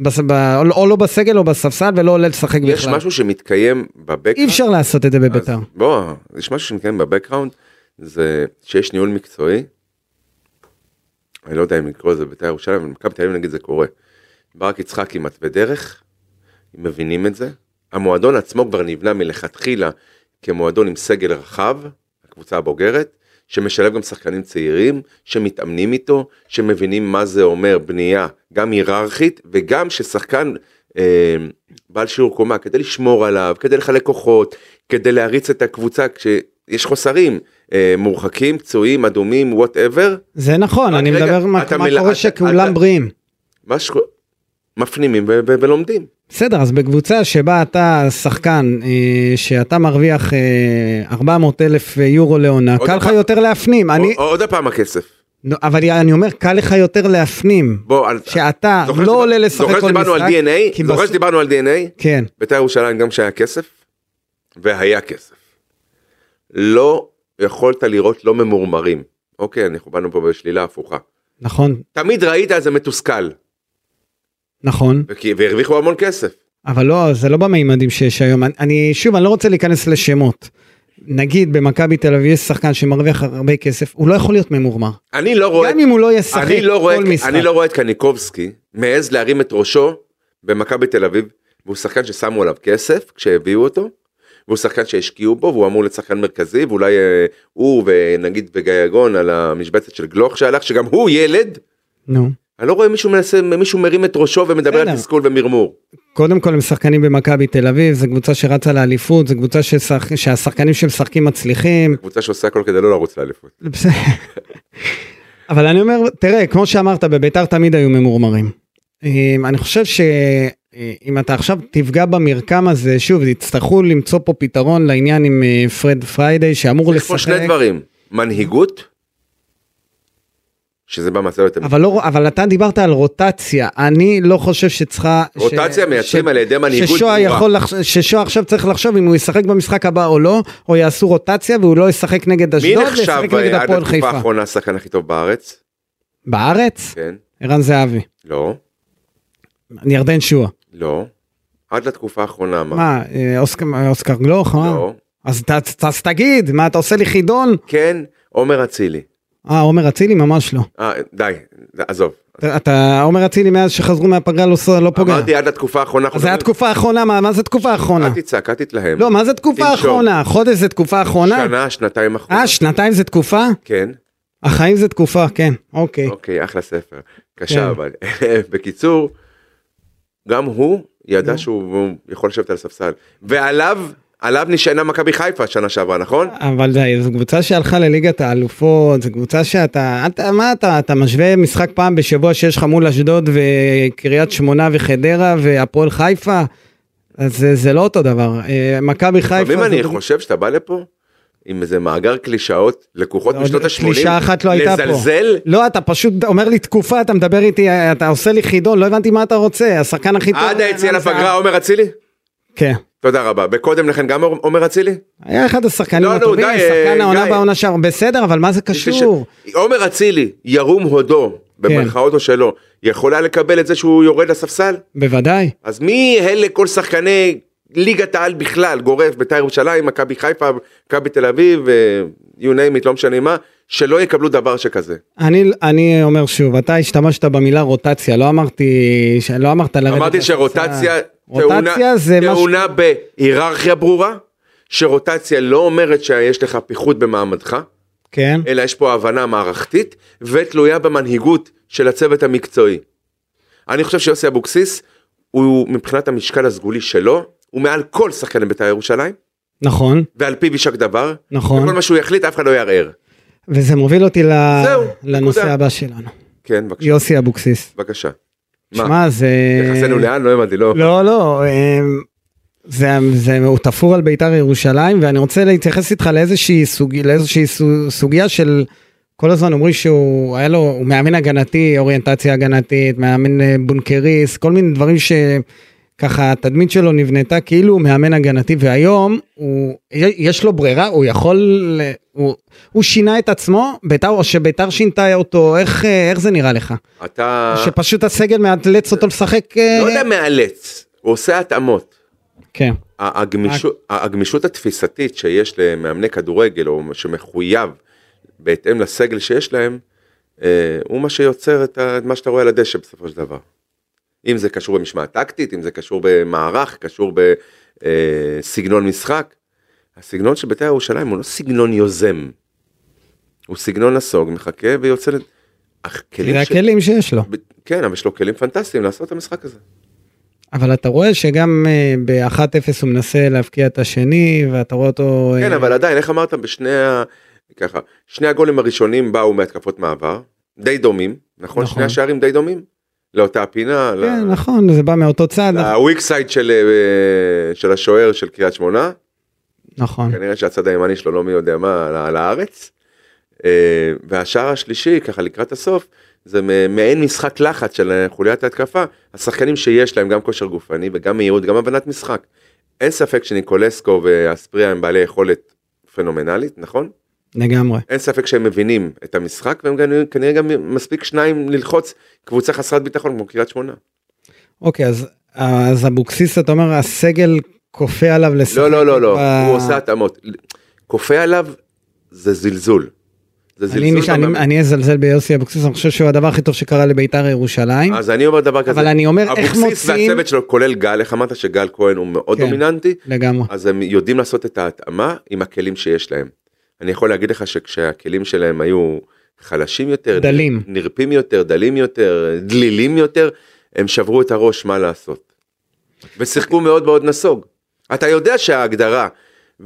Speaker 2: בס, ב, או, או לא בסגל או בספסל ולא עולה לשחק בכלל.
Speaker 3: יש משהו שמתקיים בבקראונד.
Speaker 2: אי אפשר לעשות את זה בביתר.
Speaker 3: אז בוא, יש משהו שמתקיים בבקראונד, זה שיש ניהול מקצועי, אני לא יודע אם לקרוא לזה בית"ר ירושלים, אבל במכבי תל אביב נגיד זה קורה. ברק יצחקי מתווה דרך, מבינים את זה. המועדון עצמו כבר נבנה מלכתחילה כמועדון עם סגל רחב, הקבוצה הבוגרת, שמשלב גם שחקנים צעירים, שמתאמנים איתו, שמבינים מה זה אומר בנייה, גם היררכית וגם ששחקן אה, בעל שיעור קומה, כדי לשמור עליו, כדי לחלק כוחות, כדי להריץ את הקבוצה כשיש חוסרים, אה, מורחקים, פצועים, אדומים, וואטאבר,
Speaker 2: זה נכון,
Speaker 3: רק
Speaker 2: אני
Speaker 3: רגע,
Speaker 2: מדבר מה
Speaker 3: אתה
Speaker 2: מה
Speaker 3: מלא-
Speaker 2: קורה
Speaker 3: אתה-
Speaker 2: שכולם
Speaker 3: אתה-
Speaker 2: בריאים.
Speaker 3: מה ש... מפנימים ו- ו- ולומדים.
Speaker 2: בסדר, אז בקבוצה שבה אתה שחקן, אה, שאתה מרוויח אה, 400 אלף יורו לעונה,
Speaker 3: עוד
Speaker 2: קל לך
Speaker 3: פעם-
Speaker 2: יותר להפנים, אני,
Speaker 3: א- עוד פעם הכסף.
Speaker 2: נו, אבל אני אומר, קל לך יותר להפנים,
Speaker 3: בוא, על-
Speaker 2: שאתה
Speaker 3: זוכר
Speaker 2: לא
Speaker 3: שדיבר-
Speaker 2: עולה לשחק
Speaker 3: זוכר
Speaker 2: כל
Speaker 3: שדיברנו על
Speaker 2: משחק,
Speaker 3: DNA?
Speaker 2: כי
Speaker 3: זוכר
Speaker 2: בס-
Speaker 3: שדיברנו על DNA?
Speaker 2: כן,
Speaker 3: בית"ר ירושלים גם כשהיה כסף, והיה כסף. לא יכולת לראות לא ממורמרים. אוקיי, אנחנו באנו פה בשלילה הפוכה.
Speaker 2: נכון,
Speaker 3: תמיד ראית איזה מתוסכל,
Speaker 2: נכון,
Speaker 3: וכי- והרוויחו המון כסף.
Speaker 2: אבל לא, זה לא במימדים שיש היום, אני- אני, שוב, אני לא רוצה להיכנס לשמות, נגיד במכבי תל אביב יש שחקן שמרוויח הרבה כסף, הוא לא יכול להיות ממורמר,
Speaker 3: אני לא רואה...
Speaker 2: גם אם הוא לא ישחק
Speaker 3: אני לא, רואה,
Speaker 2: כל משחק,
Speaker 3: אני לא רואה את קניקובסקי מעז להרים את ראשו במכבי תל אביב והוא שחקן ששמו עליו כסף כשהביאו אותו. והוא שחקן שהשקיעו בו והוא אמור להיות שחקן מרכזי ואולי אה, הוא ונגיד וגייגון על המשבצת של גלוך שהלך שגם הוא ילד.
Speaker 2: נו.
Speaker 3: אני לא רואה מישהו מנסה מישהו מרים את ראשו ומדבר על
Speaker 2: בסדר.
Speaker 3: תסכול ומרמור.
Speaker 2: קודם כל הם שחקנים במכבי תל אביב, זו קבוצה שרצה לאליפות, זו קבוצה ששח... שהשחקנים שמשחקים מצליחים.
Speaker 3: קבוצה שעושה הכל כדי לא לרוץ לאליפות.
Speaker 2: בסדר. אבל אני אומר, תראה, כמו שאמרת, בביתר תמיד היו ממורמרים. אמ, אני חושב שאם אתה עכשיו תפגע במרקם הזה, שוב, יצטרכו למצוא פה פתרון לעניין עם אה, פרד פריידי שאמור
Speaker 3: יש פה
Speaker 2: לשחק.
Speaker 3: שני דברים מנהיגות. שזה במצב יותר
Speaker 2: אבל, לא, אבל אתה דיברת על רוטציה, אני לא חושב שצריכה... ש-
Speaker 3: רוטציה מייצרים על ידי מנהיגות
Speaker 2: ששואה
Speaker 3: ברורה.
Speaker 2: יכול לחש... ששואה עכשיו צריך לחשוב אם הוא ישחק במשחק הבא או לא, או יעשו רוטציה והוא לא ישחק נגד
Speaker 3: מי
Speaker 2: אשדוד,
Speaker 3: נחשב
Speaker 2: וישחק נגד
Speaker 3: אה, עד
Speaker 2: הפועל
Speaker 3: התקופה
Speaker 2: חיפה.
Speaker 3: האחרונה השחקן הכי טוב בארץ?
Speaker 2: בארץ?
Speaker 3: כן.
Speaker 2: ערן זהבי,
Speaker 3: לא.
Speaker 2: ירדן שואה.
Speaker 3: לא. עד לתקופה האחרונה אמרתי.
Speaker 2: מה, אה, אוסקר, אוסקר גלוך? אה?
Speaker 3: לא.
Speaker 2: אז, ת- אז תגיד, מה אתה עושה לי חידון?
Speaker 3: כן, עומר אצילי.
Speaker 2: אה, עומר אצילי? ממש לא.
Speaker 3: אה, די, עזוב.
Speaker 2: אתה- אתה, עומר אצילי מאז שחזרו מהפגרה לא, ס- לא פוגע.
Speaker 3: אמרתי עד התקופה האחרונה.
Speaker 2: אז זה היה תקופה האחרונה, מה, מה זה תקופה האחרונה?
Speaker 3: אל תצעק, אל תתלהם.
Speaker 2: לא, מה זה תקופה
Speaker 3: תנשום.
Speaker 2: אחרונה? חודש זה תקופה אחרונה?
Speaker 3: שנה, שנתיים אחרונה.
Speaker 2: אה, שנתיים זה תקופה?
Speaker 3: כן,
Speaker 2: החיים זה תקופה, כן, אוקיי.
Speaker 3: אוקיי, אחלה ספר.
Speaker 2: כן.
Speaker 3: קשה אבל. בקיצור, גם הוא ידע שהוא יכול לשבת על הספסל. ועליו, עליו נשענה מכבי חיפה שנה שעברה, נכון?
Speaker 2: אבל זה- זו קבוצה שהלכה לליגת האלופות, זו קבוצה שאתה, אתה, מה אתה, אתה משווה משחק פעם בשבוע שיש לך מול אשדוד וקריית שמונה וחדרה והפועל חיפה? אז זה, זה לא אותו דבר. אה, מכבי חיפה...
Speaker 3: לפעמים אני
Speaker 2: זו-
Speaker 3: חושב שאתה בא לפה עם איזה מאגר קלישאות, לקוחות
Speaker 2: עוד
Speaker 3: משנות ה-80,
Speaker 2: קלישאה אחת לא הייתה פה.
Speaker 3: לזלזל,
Speaker 2: לא, אתה פשוט אומר לי תקופה, אתה מדבר איתי, אתה עושה לי חידון, לא הבנתי מה אתה רוצה, השחקן הכי טוב...
Speaker 3: עד
Speaker 2: זה-
Speaker 3: היציאה לפגרה עומר אצילי?
Speaker 2: כן.
Speaker 3: תודה רבה. וקודם לכן גם עומר אצילי?
Speaker 2: היה אחד השחקנים
Speaker 3: לא, נו,
Speaker 2: הטובים,
Speaker 3: די,
Speaker 2: שחקן
Speaker 3: אה,
Speaker 2: העונה
Speaker 3: גיא.
Speaker 2: בעונה שער, בסדר, אבל מה זה קשור?
Speaker 3: עומר אצילי, ירום הודו, במרכאות
Speaker 2: כן.
Speaker 3: או שלא, יכולה לקבל את זה שהוא יורד לספסל?
Speaker 2: בוודאי.
Speaker 3: אז מי אלה כל שחקני ליגת העל בכלל, גורף, בית"ר ירושלים, מכבי חיפה, מכבי תל אביב, אה, you name it, לא משנה מה, שלא יקבלו דבר שכזה.
Speaker 2: אני, אני אומר שוב, אתה השתמשת במילה רוטציה, לא אמרתי, ש- לא אמרת לרדת.
Speaker 3: אמרתי
Speaker 2: לקבוצה.
Speaker 3: שרוטציה
Speaker 2: רוטציה
Speaker 3: טעונה-
Speaker 2: זה משהו,
Speaker 3: טעונה בהיררכיה ברורה, שרוטציה לא אומרת שיש לך פיחות במעמדך,
Speaker 2: כן,
Speaker 3: אלא יש פה הבנה מערכתית ותלויה במנהיגות של הצוות המקצועי. אני חושב שיוסי אבוקסיס הוא מבחינת המשקל הסגולי שלו, הוא מעל כל שחקני בית"ר ירושלים,
Speaker 2: נכון,
Speaker 3: ועל פיו יישק דבר,
Speaker 2: נכון,
Speaker 3: וכל מה שהוא יחליט אף אחד לא יערער.
Speaker 2: וזה מוביל אותי ל...
Speaker 3: זהו,
Speaker 2: לנושא
Speaker 3: נקודה.
Speaker 2: הבא שלנו,
Speaker 3: כן, בבקשה.
Speaker 2: יוסי אבוקסיס.
Speaker 3: בבקשה. מה?
Speaker 2: שמע, זה...
Speaker 3: יחסנו לאן? לא הבנתי, לא.
Speaker 2: לא, לא, אמ, זה, זה, הוא תפור על בית"ר ירושלים, ואני רוצה להתייחס איתך לאיזושהי, סוג, לאיזושהי סו- סוגיה של, כל הזמן אומרים שהוא היה לו, הוא מאמן הגנתי, אוריינטציה הגנתית, מאמן אה, בונקריסט, כל מיני דברים שככה התדמית שלו נבנתה כאילו הוא מאמן הגנתי, והיום הוא, יש לו ברירה, הוא יכול, ל- הוא, הוא שינה את עצמו, בית"ר, או שבית"ר שינתה אותו, איך, אה, איך זה נראה לך?
Speaker 3: אתה
Speaker 2: שפשוט הסגל מאלץ אותו לשחק... אה,
Speaker 3: אה. לא יודע מאלץ, הוא עושה התאמות.
Speaker 2: כן.
Speaker 3: ה- הגמישות, הגמישות התפיסתית שיש למאמני כדורגל, או שמחויב בהתאם לסגל שיש להם, אה, הוא מה שיוצר את ה- את מה שאתה רואה על הדשא בסופו של דבר. אם זה קשור במשמעת טקטית, אם זה קשור במערך, קשור בסגנון משחק. הסגנון של בית"ר ירושלים הוא לא סגנון יוזם. הוא סגנון נסוג, מחכה ויוצא... לת- הכלים
Speaker 2: זה
Speaker 3: ש-
Speaker 2: הכלים שיש לו.
Speaker 3: ב- כן, אבל יש לו כלים פנטסטיים לעשות את המשחק הזה.
Speaker 2: אבל אתה רואה שגם ב-1-0 הוא מנסה להבקיע את השני, ואתה רואה אותו...
Speaker 3: כן,
Speaker 2: אה,
Speaker 3: אבל עדיין, איך אמרת בשני ה... ככה, שני הגולים הראשונים באו מהתקפות מעבר, די דומים, נכון?
Speaker 2: נכון.
Speaker 3: שני השערים די דומים? לאותה הפינה, ל-
Speaker 2: כן, נכון, זה בא מאותו צד,
Speaker 3: ל-weak side של, אה, של השוער של קריית שמונה,
Speaker 2: נכון.
Speaker 3: כנראה שהצד הימני שלו לא מי יודע מה, על- על הארץ. אה, והשער השלישי, ככה לקראת הסוף, זה מ- מעין משחק לחץ של אה, חוליית ההתקפה, השחקנים שיש להם גם כושר גופני וגם מהירות, גם הבנת משחק. אין ספק שניקולסקו ואספריה הם בעלי יכולת פנומנלית, נכון?
Speaker 2: לגמרי.
Speaker 3: אין ספק שהם מבינים את המשחק והם גם- כנראה גם מספיק שניים ללחוץ קבוצה חסרת ביטחון כמו קריית שמונה.
Speaker 2: אוקיי, אז- אז אבוקסיס, אתה אומר, הסגל כופה עליו לשחק.
Speaker 3: לא לא לא לא,
Speaker 2: ב-
Speaker 3: הוא עושה התאמות. כופה עליו זה זלזול. זה
Speaker 2: אני נש-
Speaker 3: זלזול.
Speaker 2: אני-
Speaker 3: במאמן.
Speaker 2: אני אזלזל ביוסי אבוקסיס, אני חושב שהוא הדבר הכי טוב שקרה לבית"ר ירושלים.
Speaker 3: אז אני אומר דבר כזה,
Speaker 2: אבל אני אומר, איך
Speaker 3: אבוקסיס
Speaker 2: מוציאים-
Speaker 3: והצוות שלו כולל גל, איך אמרת שגל כהן הוא מאוד
Speaker 2: כן.
Speaker 3: דומיננטי,
Speaker 2: לגמרי.
Speaker 3: אז הם יודעים לעשות את ההתאמה עם הכלים שיש להם. אני יכול להגיד לך שכשהכלים שלהם היו חלשים יותר,
Speaker 2: דלים.
Speaker 3: נרפים יותר, דלים יותר, דלילים יותר, הם שברו את הראש מה לעשות. ושיחקו מאוד מאוד נסוג. אתה יודע שההגדרה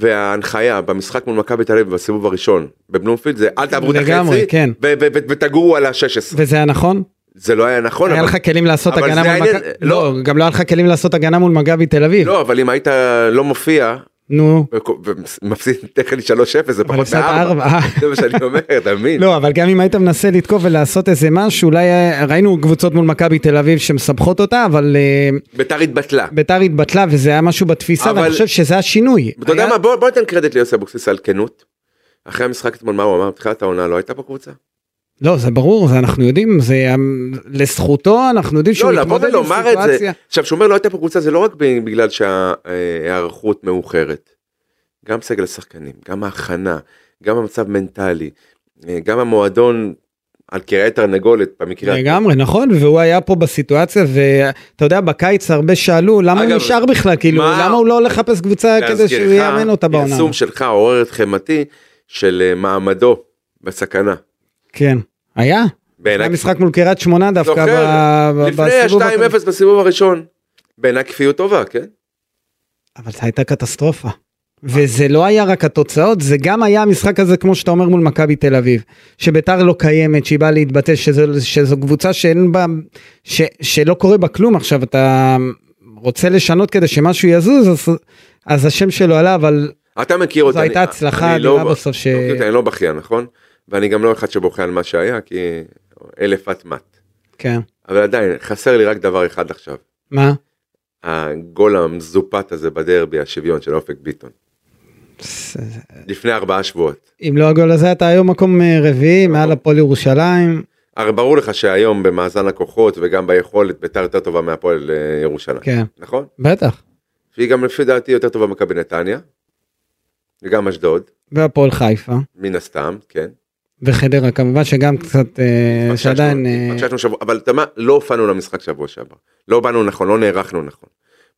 Speaker 3: וההנחיה במשחק מול מכבי תל אביב בסיבוב הראשון בבלומפילד זה אל תעברו את
Speaker 2: לגמרי,
Speaker 3: החצי
Speaker 2: כן.
Speaker 3: ו- ו- ו- ותגורו על ה-16.
Speaker 2: וזה היה נכון?
Speaker 3: זה לא היה נכון.
Speaker 2: היה
Speaker 3: אבל-
Speaker 2: לך כלים לעשות
Speaker 3: אבל
Speaker 2: הגנה מול
Speaker 3: זה העניין,
Speaker 2: מכבי...
Speaker 3: לא.
Speaker 2: לא, גם לא היה לך כלים לעשות הגנה מול מכבי תל אביב.
Speaker 3: לא, אבל אם היית לא מופיע
Speaker 2: נו,
Speaker 3: וכו- ומפסיד טכני 3-0 זה
Speaker 2: אבל
Speaker 3: פחות
Speaker 2: הפסדת ארבע.
Speaker 3: מארבע. זה מה שאני אומר, אתה מבין?
Speaker 2: לא, אבל גם אם היית מנסה לתקוף ולעשות איזה משהו, אולי אה, ראינו קבוצות מול מכבי תל אביב שמסבכות אותה, אבל אה,
Speaker 3: ביתר התבטלה.
Speaker 2: ביתר התבטלה וזה היה משהו בתפיסה,
Speaker 3: אבל-
Speaker 2: ואני חושב שזה השינוי.
Speaker 3: אתה יודע
Speaker 2: היה-
Speaker 3: מה, בוא בוא ניתן קרדיט ליוסי אבוקסיס על כנות. אחרי המשחק אתמול, מה הוא אמר? בתחילת העונה לא הייתה פה קבוצה?
Speaker 2: לא, זה ברור, זה אנחנו יודעים, זה אה, לזכותו, אנחנו יודעים שהוא
Speaker 3: לא, לבוא
Speaker 2: מתמודד עם
Speaker 3: ולומר את זה.
Speaker 2: סיטואציה.
Speaker 3: עכשיו, שהוא אומר לא הייתה פה קבוצה, זה לא רק ב- בגלל שההיערכות מאוחרת. גם סגל השחקנים, גם ההכנה, גם המצב מנטלי, אה, גם המועדון על קרעי תרנגולת במקרה.
Speaker 2: לגמרי, נכון, והוא היה פה בסיטואציה, ואתה יודע, בקיץ הרבה שאלו, למה הוא
Speaker 3: אגב,
Speaker 2: נשאר בכלל, כאילו,
Speaker 3: מה-
Speaker 2: למה הוא לא הולך לחפש קבוצה כדי
Speaker 3: להזכירך,
Speaker 2: שהוא יאמן אותה בעונה?
Speaker 3: פרסום שלך עורר את חמתי של אה, מעמדו בסכנה.
Speaker 2: כן, היה? היה
Speaker 3: בעיניי.
Speaker 2: משחק מול קריית שמונה דווקא
Speaker 3: זוכר,
Speaker 2: ב- ב-
Speaker 3: לפני
Speaker 2: בסיבוב הקודם.
Speaker 3: ה-2-0 בסיבוב הראשון. בעיניי כפיות טובה, כן?
Speaker 2: אבל זו הייתה קטסטרופה. וזה לא היה רק התוצאות, זה גם היה המשחק הזה, כמו שאתה אומר, מול מכבי תל אביב. שביתר לא קיימת, שהיא באה להתבטא, שזו, שזו קבוצה שאין בה, ש, שלא קורה בה כלום עכשיו, אתה רוצה לשנות כדי שמשהו יזוז, אז, אז השם שלו עלה, אבל
Speaker 3: אתה מכיר
Speaker 2: זו
Speaker 3: אותי.
Speaker 2: הייתה
Speaker 3: אני-
Speaker 2: הצלחה
Speaker 3: אני לא
Speaker 2: אדירה
Speaker 3: ב-
Speaker 2: בסוף ש-
Speaker 3: אתה מכיר אותי, אני לא בכיין, נכון? ואני גם לא אחד שבוכה על מה שהיה, כי אלף את מת.
Speaker 2: כן,
Speaker 3: אבל עדיין, חסר לי רק דבר אחד עכשיו.
Speaker 2: מה?
Speaker 3: הגול המזופת הזה בדרבי, השוויון של אופק ביטון. לפני ארבעה שבועות.
Speaker 2: אם לא הגול הזה, אתה היום מקום אה, רביעי, מעל הפועל ירושלים.
Speaker 3: הרי ברור לך שהיום במאזן הכוחות וגם ביכולת ביתר יותר טובה מהפועל אה, ירושלים.
Speaker 2: כן,
Speaker 3: נכון?
Speaker 2: בטח.
Speaker 3: שהיא גם לפי דעתי יותר טובה ממכבי נתניה. וגם אשדוד,
Speaker 2: והפועל חיפה.
Speaker 3: מן הסתם, כן.
Speaker 2: וחדרה כמובן שגם קצת אה, שעדיין אה,
Speaker 3: פגשנו שבוע, אבל אתה יודע מה, לא הופענו למשחק שבוע שעבר. לא באנו נכון, לא נערכנו נכון.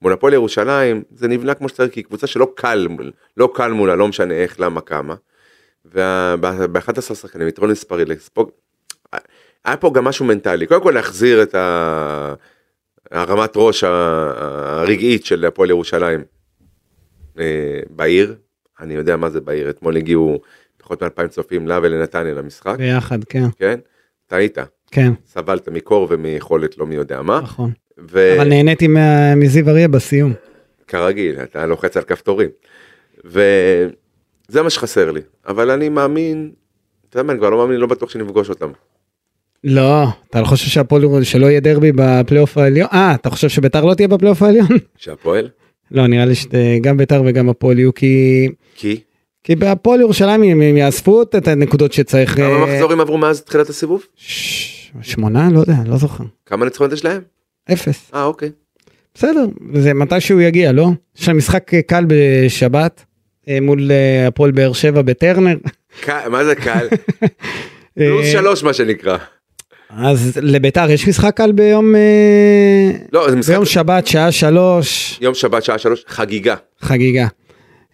Speaker 3: מול הפועל ירושלים זה נבנה כמו שצריך, כי היא קבוצה שלא קל, מול- לא קל מולה, לא משנה איך, למה, כמה. ובאחת עשרה שחקנים, יתרון מספרי לספוג. היה פה גם משהו מנטלי, קודם כל להחזיר את ה... הרמת ראש ה- הרגעית של הפועל ירושלים אה, בעיר, אני יודע מה זה בעיר, אתמול הגיעו פחות מ-2,000 צופים לה ולנתניה למשחק,
Speaker 2: ביחד, כן,
Speaker 3: כן? טעית,
Speaker 2: כן,
Speaker 3: סבלת מקור ומיכולת לא מי יודע מה,
Speaker 2: נכון. אבל
Speaker 3: וכרגיל
Speaker 2: נהניתי מה- מזיו אריה בסיום.
Speaker 3: אתה לוחץ על כפתורים. וזה מה שחסר לי, אבל אני מאמין, אתה יודע מה, אני כבר לא מאמין, לא בטוח שנפגוש אותם.
Speaker 2: לא, אתה לא חושב שהפועל ירושלים, שלא יהיה דרבי בפלייאוף העליון? אה, אתה חושב שביתר לא תהיה בפלייאוף העליון?
Speaker 3: שהפועל?
Speaker 2: לא, נראה לי שגם ביתר וגם הפועל יהיו, כי...
Speaker 3: כי?
Speaker 2: כי בהפועל ירושלים הם הם יאספו את את הנקודות שצריך...
Speaker 3: כמה
Speaker 2: אה,
Speaker 3: מחזורים עברו מאז תחילת הסיבוב?
Speaker 2: ש- שמונה? לא יודע, לא זוכר.
Speaker 3: כמה ניצחונות יש להם?
Speaker 2: אפס.
Speaker 3: אה, אוקיי.
Speaker 2: בסדר, זה מתישהו יגיע, לא? יש להם משחק אה, קל בשבת אה, מול אה, הפועל באר שבע בטרנר.
Speaker 3: ק- מה זה קל? פלוס
Speaker 2: אה,
Speaker 3: שלוש מה שנקרא.
Speaker 2: אז לביתר יש משחק קל ביום אה,
Speaker 3: לא, זה משחק
Speaker 2: ביום שבת שעה שלוש
Speaker 3: יום שבת שעה שלוש, חגיגה.
Speaker 2: חגיגה.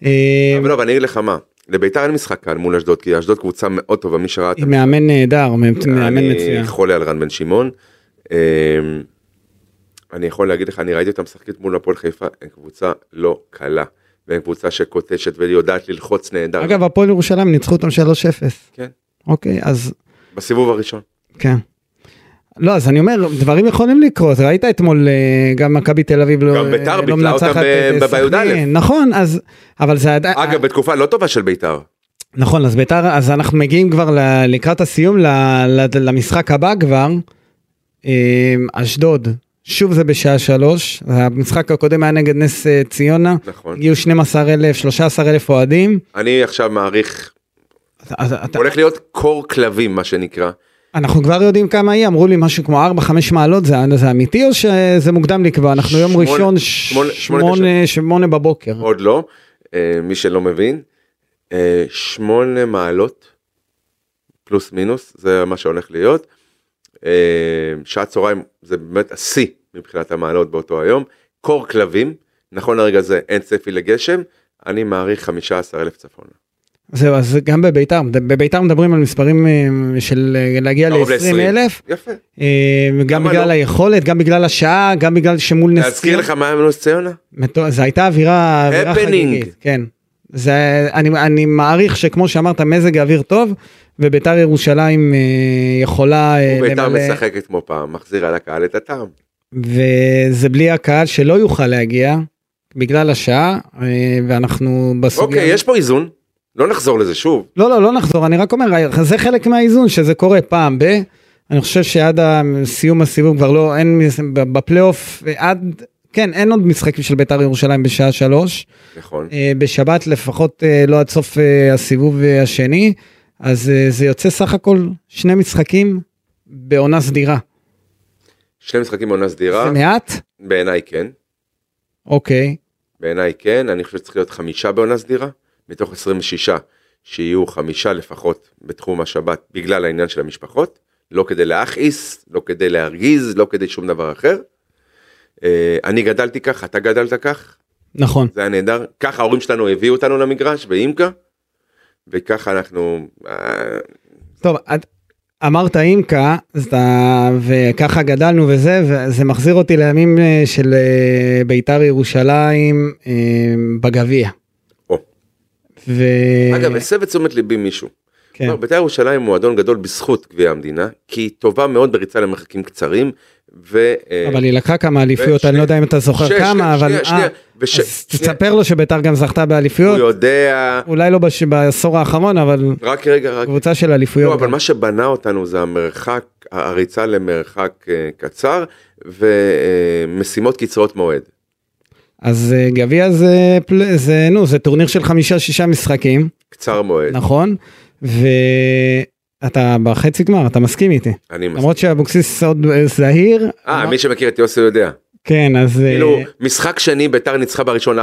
Speaker 2: אה,
Speaker 3: אבל לא, אבל אני אגיד לך מה, לביתר אין משחק קל מול אשדוד, כי אשדוד קבוצה מאוד טובה, מי שראה את
Speaker 2: עם מאמן נהדר, מאמן מצוין.
Speaker 3: אני חולה על רן בן שמעון. אמ, אני יכול להגיד לך, אני ראיתי אותה משחקת מול הפועל חיפה, הם קבוצה לא קלה. והם קבוצה שקוטשת ויודעת ללחוץ נהדר.
Speaker 2: אגב הפועל ירושלים ניצחו אותם 3-0.
Speaker 3: כן.
Speaker 2: אוקיי אז
Speaker 3: בסיבוב הראשון.
Speaker 2: כן. לא אז אני אומר דברים יכולים לקרות ראית אתמול אה, גם מכבי תל אביב לא,
Speaker 3: גם בית"ר
Speaker 2: אה, לא
Speaker 3: ביטלה
Speaker 2: מנצחת
Speaker 3: אותם ב-
Speaker 2: את, אה,
Speaker 3: בי"א.
Speaker 2: סכנין. נכון אז אבל זה עדיין
Speaker 3: אגב, בתקופה לא טובה של ביתר.
Speaker 2: נכון אז ביתר אז אנחנו מגיעים כבר ל- לקראת הסיום ל, ל, למשחק הבא כבר אה, אשדוד שוב זה בשעה שלוש המשחק הקודם היה נגד נס אה, ציונה
Speaker 3: נכון.
Speaker 2: הגיעו 12,000 13,000 אוהדים.
Speaker 3: אני עכשיו מעריך,
Speaker 2: אז- אז אתה-
Speaker 3: הולך להיות קור כלבים, מה שנקרא.
Speaker 2: אנחנו כבר יודעים כמה היא, אמרו לי משהו כמו 4-5 מעלות, זה, זה אמיתי או שזה מוקדם לקבוע? אנחנו יום
Speaker 3: שמונה-
Speaker 2: ראשון,
Speaker 3: שמונה- שמונה
Speaker 2: 8 בבוקר.
Speaker 3: עוד לא, אה, מי שלא מבין, אה, שמונה מעלות, פלוס מינוס, זה מה שהולך להיות. אה, שעת צהריים זה באמת השיא מבחינת המעלות באותו היום. קור כלבים, נכון לרגע זה אין צפי לגשם, אני מעריך 15 אלף צפון.
Speaker 2: זהו, אז גם בביתר, בביתר מדברים על מספרים אה, של אה, להגיע
Speaker 3: קרוב
Speaker 2: ל-20 אלף,
Speaker 3: יפה.
Speaker 2: גם
Speaker 3: למה
Speaker 2: אה, בגלל
Speaker 3: לא?
Speaker 2: היכולת, גם בגלל השעה, גם בגלל שמול נס
Speaker 3: להזכיר לך מה היה מנוס ציונה?
Speaker 2: מטו- זה הייתה אווירה, אווירה
Speaker 3: Happening.
Speaker 2: חגיגית, כן. זה, אני, אני מעריך שכמו שאמרת, מזג האוויר טוב, וביתר ירושלים אה, יכולה אה,
Speaker 3: בית"ר
Speaker 2: למלא.
Speaker 3: משחקת כמו פעם, מחזירה לקהל את הטעם.
Speaker 2: וזה בלי הקהל שלא יוכל להגיע בגלל השעה אה, ואנחנו בסוגיה.
Speaker 3: אוקיי, יש פה איזון, לא נחזור לזה שוב.
Speaker 2: לא לא לא נחזור אני רק אומר זה חלק מהאיזון שזה קורה פעם ב. אני חושב שעד סיום הסיבוב כבר לא אין מס- בפלייאוף אה, עד כן אין עוד משחקים של בית"ר ירושלים בשעה שלוש
Speaker 3: נכון.
Speaker 2: אה, בשבת לפחות אה, לא עד סוף אה, הסיבוב אה, השני אז אה, זה יוצא סך הכל שני משחקים בעונה סדירה
Speaker 3: שני משחקים בעונה
Speaker 2: זה
Speaker 3: סדירה,
Speaker 2: מעט
Speaker 3: בעיניי כן.
Speaker 2: אוקיי
Speaker 3: בעיניי כן, אני חושב שצריך להיות חמישה בעונה סדירה, מתוך 26 שיהיו חמישה לפחות בתחום השבת בגלל העניין של המשפחות, לא כדי להכעיס, לא כדי להרגיז, לא כדי שום דבר אחר. אה, אני גדלתי כך, אתה גדלת כך,
Speaker 2: נכון
Speaker 3: זה היה נהדר, ככה ההורים שלנו הביאו אותנו למגרש באימקה, וככה אנחנו, אה,
Speaker 2: טוב, את- אמרת אימקה, אז אתה- וככה גדלנו וזה, וזה מחזיר אותי לימים אה, של אה, בית"ר ירושלים אה, בגביע.
Speaker 3: או.
Speaker 2: ו...
Speaker 3: אגב, הסב את תשומת ליבי מישהו.
Speaker 2: אה, כן,
Speaker 3: כלומר, בית"ר ירושלים הוא מועדון גדול בזכות גביע המדינה, כי היא טובה מאוד בריצה למרחקים קצרים, ו... אה,
Speaker 2: אבל היא לקחה כמה אליפויות,
Speaker 3: ושנייה-
Speaker 2: אני לא יודע אם אתה זוכר
Speaker 3: שנייה,
Speaker 2: כמה,
Speaker 3: שנייה,
Speaker 2: אבל...
Speaker 3: שנייה, שנייה,
Speaker 2: אה,
Speaker 3: וש-
Speaker 2: אז
Speaker 3: שנייה.
Speaker 2: תספר לו שבית"ר גם זכתה
Speaker 3: הוא
Speaker 2: באליפויות,
Speaker 3: יודע,
Speaker 2: אולי לא בש- בעשור האחרון, אבל
Speaker 3: רק רגע, רק...
Speaker 2: קבוצה של
Speaker 3: לא,
Speaker 2: אליפויות.
Speaker 3: אבל
Speaker 2: גם.
Speaker 3: מה שבנה אותנו זה המרחק, הריצה למרחק אה, קצר, ומשימות קצרות מועד.
Speaker 2: אז אה, גביע זה, פל- זה, נו, זה טורניר של חמישה-שישה משחקים,
Speaker 3: קצר מועד.
Speaker 2: נכון? ואתה בחצי גמר, אתה מסכים איתי.
Speaker 3: אני מסכים.
Speaker 2: למרות שאבוקסיס עוד אה, זהיר.
Speaker 3: אה,
Speaker 2: אמר-
Speaker 3: מי שמכיר את יוסי יודע.
Speaker 2: כן, אז... אה,
Speaker 3: כאילו, משחק שני, ביתר ניצחה בראשון 4-0,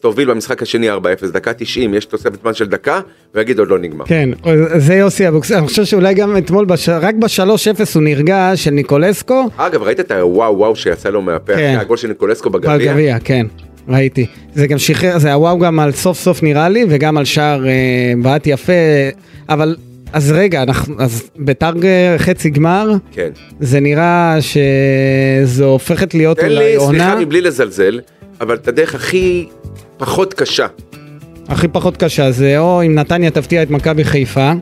Speaker 3: תוביל במשחק השני 4-0, דקה 90, יש תוספת זמן של דקה, ויגיד עוד לא נגמר.
Speaker 2: כן, אז זה יוסי אבוקסיס, אני חושב שאולי גם אתמול, בש... רק ב-3-0 הוא נרגע של ניקולסקו,
Speaker 3: אגב, ראית את הוואו וואו שיצא לו מהפה,
Speaker 2: כן.
Speaker 3: אחרי הגול של ניקולסקו בגביע?
Speaker 2: בגביע, כן, ראיתי. זה גם שחרר, זה הוואו גם על סוף סוף נראה לי, וגם על שער אה, בעט יפה, אבל... אז רגע, אנחנו, אז ביתר אה, חצי גמר,
Speaker 3: כן.
Speaker 2: זה נראה שזו הופכת להיות
Speaker 3: תן
Speaker 2: אולי
Speaker 3: לי,
Speaker 2: עונה
Speaker 3: סליחה מבלי לזלזל, אבל את הדרך הכי פחות קשה,
Speaker 2: הכי פחות קשה, זה או אם נתניה תפתיע את מכבי חיפה,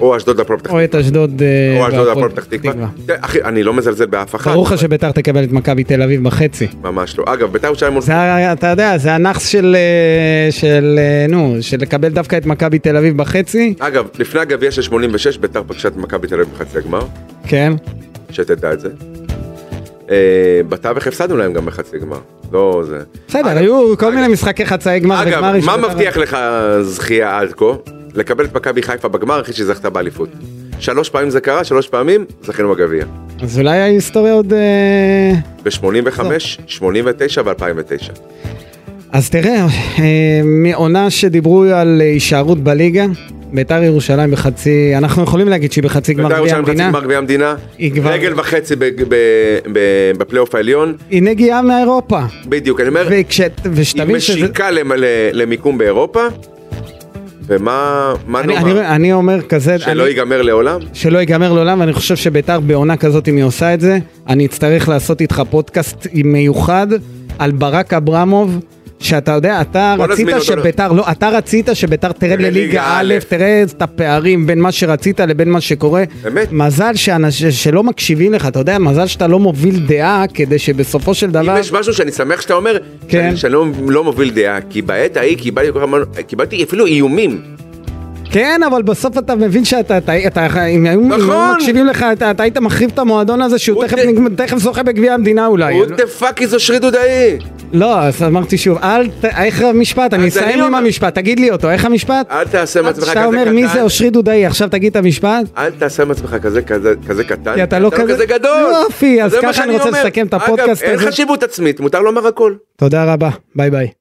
Speaker 3: או אשדוד הפועל פתח
Speaker 2: או את אשדוד אה,
Speaker 3: תקווה, או אשדוד
Speaker 2: והפועל
Speaker 3: הפועל פתח תקווה. תראה, אחי, אני לא מזלזל באף אחד.
Speaker 2: ברור לך שביתר תקבל את מכבי תל אביב בחצי.
Speaker 3: ממש לא. אגב, ביתר ירושלים מול...
Speaker 2: זה היה, אתה יודע, זה הנאחס של, אה, של, אה, נו, של לקבל דווקא את מכבי תל אביב בחצי,
Speaker 3: אגב, לפני הגביע של 86, ביתר פגשה את מכבי תל אביב בחצי הגמר,
Speaker 2: כן,
Speaker 3: שתדע את זה. אה, בתווך הפסדנו להם גם בחצי גמר. לא זה.
Speaker 2: בסדר,
Speaker 3: אגב,
Speaker 2: היו כל
Speaker 3: אגב,
Speaker 2: מיני משחקי חצאי גמר וגמר
Speaker 3: אגב, מה
Speaker 2: ראשון.
Speaker 3: מבטיח לך זכייה עד כה? לקבל את מכבי חיפה בגמר אחרי שזכתה באליפות. שלוש פעמים זה קרה, שלוש פעמים זכינו בגביע.
Speaker 2: אז אולי ההיסטוריה עוד... אה,
Speaker 3: ב-85,
Speaker 2: לא.
Speaker 3: 89 ו-2009.
Speaker 2: אז תראה, אה, מעונה שדיברו על הישארות בליגה, ביתר ירושלים בחצי, אנחנו יכולים להגיד שהיא בחצי גמר
Speaker 3: בית"ר
Speaker 2: גביע
Speaker 3: ירושלים חצי
Speaker 2: המדינה,
Speaker 3: גמר גביע המדינה,
Speaker 2: היא כבר-
Speaker 3: רגל וחצי ב- ב- ב- בפלייאוף העליון,
Speaker 2: היא נגיעה מאירופה,
Speaker 3: בדיוק, אני אומר,
Speaker 2: וכש-
Speaker 3: היא
Speaker 2: ושתבין שזה...
Speaker 3: משיקה למ- ל- למיקום באירופה, ומה מה
Speaker 2: אני, אני,
Speaker 3: נאמר,
Speaker 2: אני אומר כזה,
Speaker 3: שלא
Speaker 2: אני,
Speaker 3: ייגמר לעולם?
Speaker 2: שלא ייגמר לעולם, ואני חושב שביתר בעונה כזאת, אם היא עושה את זה, אני אצטרך לעשות איתך פודקאסט מיוחד על ברק אברמוב. שאתה יודע, אתה
Speaker 3: בוא
Speaker 2: רצית
Speaker 3: נזמין אותו ל-
Speaker 2: שביתר, לא, אתה רצית שביתר תרד
Speaker 3: לליגה
Speaker 2: לליגה
Speaker 3: א'.
Speaker 2: א', תראה את הפערים בין מה שרצית לבין מה שקורה.
Speaker 3: אמת.
Speaker 2: מזל שאנש, שלא מקשיבים לך, אתה יודע, מזל שאתה לא מוביל דעה, כדי שבסופו של
Speaker 3: אם
Speaker 2: דבר...
Speaker 3: יש משהו שאני שמח שאתה אומר,
Speaker 2: כן.
Speaker 3: שאני- שאני לא- לא מוביל דעה, כי בעת ההיא קיבלתי כל כך המון- קיבלתי אפילו איומים,
Speaker 2: כן, אבל בסוף אתה מבין שאתה, אתה, אתה, אם היו אם
Speaker 3: נכון.
Speaker 2: היו מקשיבים לך, אתה, אתה היית מחריב את המועדון הזה שהוא
Speaker 3: הוא
Speaker 2: תכף,
Speaker 3: ת-
Speaker 2: נגמ- תכף זוכה בגביע המדינה אולי.
Speaker 3: what the fuck is אושרי דודאי?
Speaker 2: לא, אז אמרתי שוב, אל, ת, איך המשפט, אני
Speaker 3: אז אני
Speaker 2: אסיים עם
Speaker 3: אומר- אה,
Speaker 2: המשפט, תגיד לי אותו, איך המשפט?
Speaker 3: אל תעשה מעצמך כזה
Speaker 2: כשאתה אומר מי זה
Speaker 3: קטן,
Speaker 2: אושרי דודאי, עכשיו תגיד את המשפט.
Speaker 3: אל תעשה מעצמך כזה כזה- כזה קטן,
Speaker 2: כי אתה לא כזה-
Speaker 3: כזה גדול,
Speaker 2: יופי, אז
Speaker 3: זה מה
Speaker 2: ככה אני
Speaker 3: שאני
Speaker 2: רוצה
Speaker 3: אומר.
Speaker 2: לסכם את הפודקאסט
Speaker 3: אגב, אין
Speaker 2: הזה.
Speaker 3: חשיבות עצמית, מותר לומר הכל.
Speaker 2: תודה רבה, ביי ביי.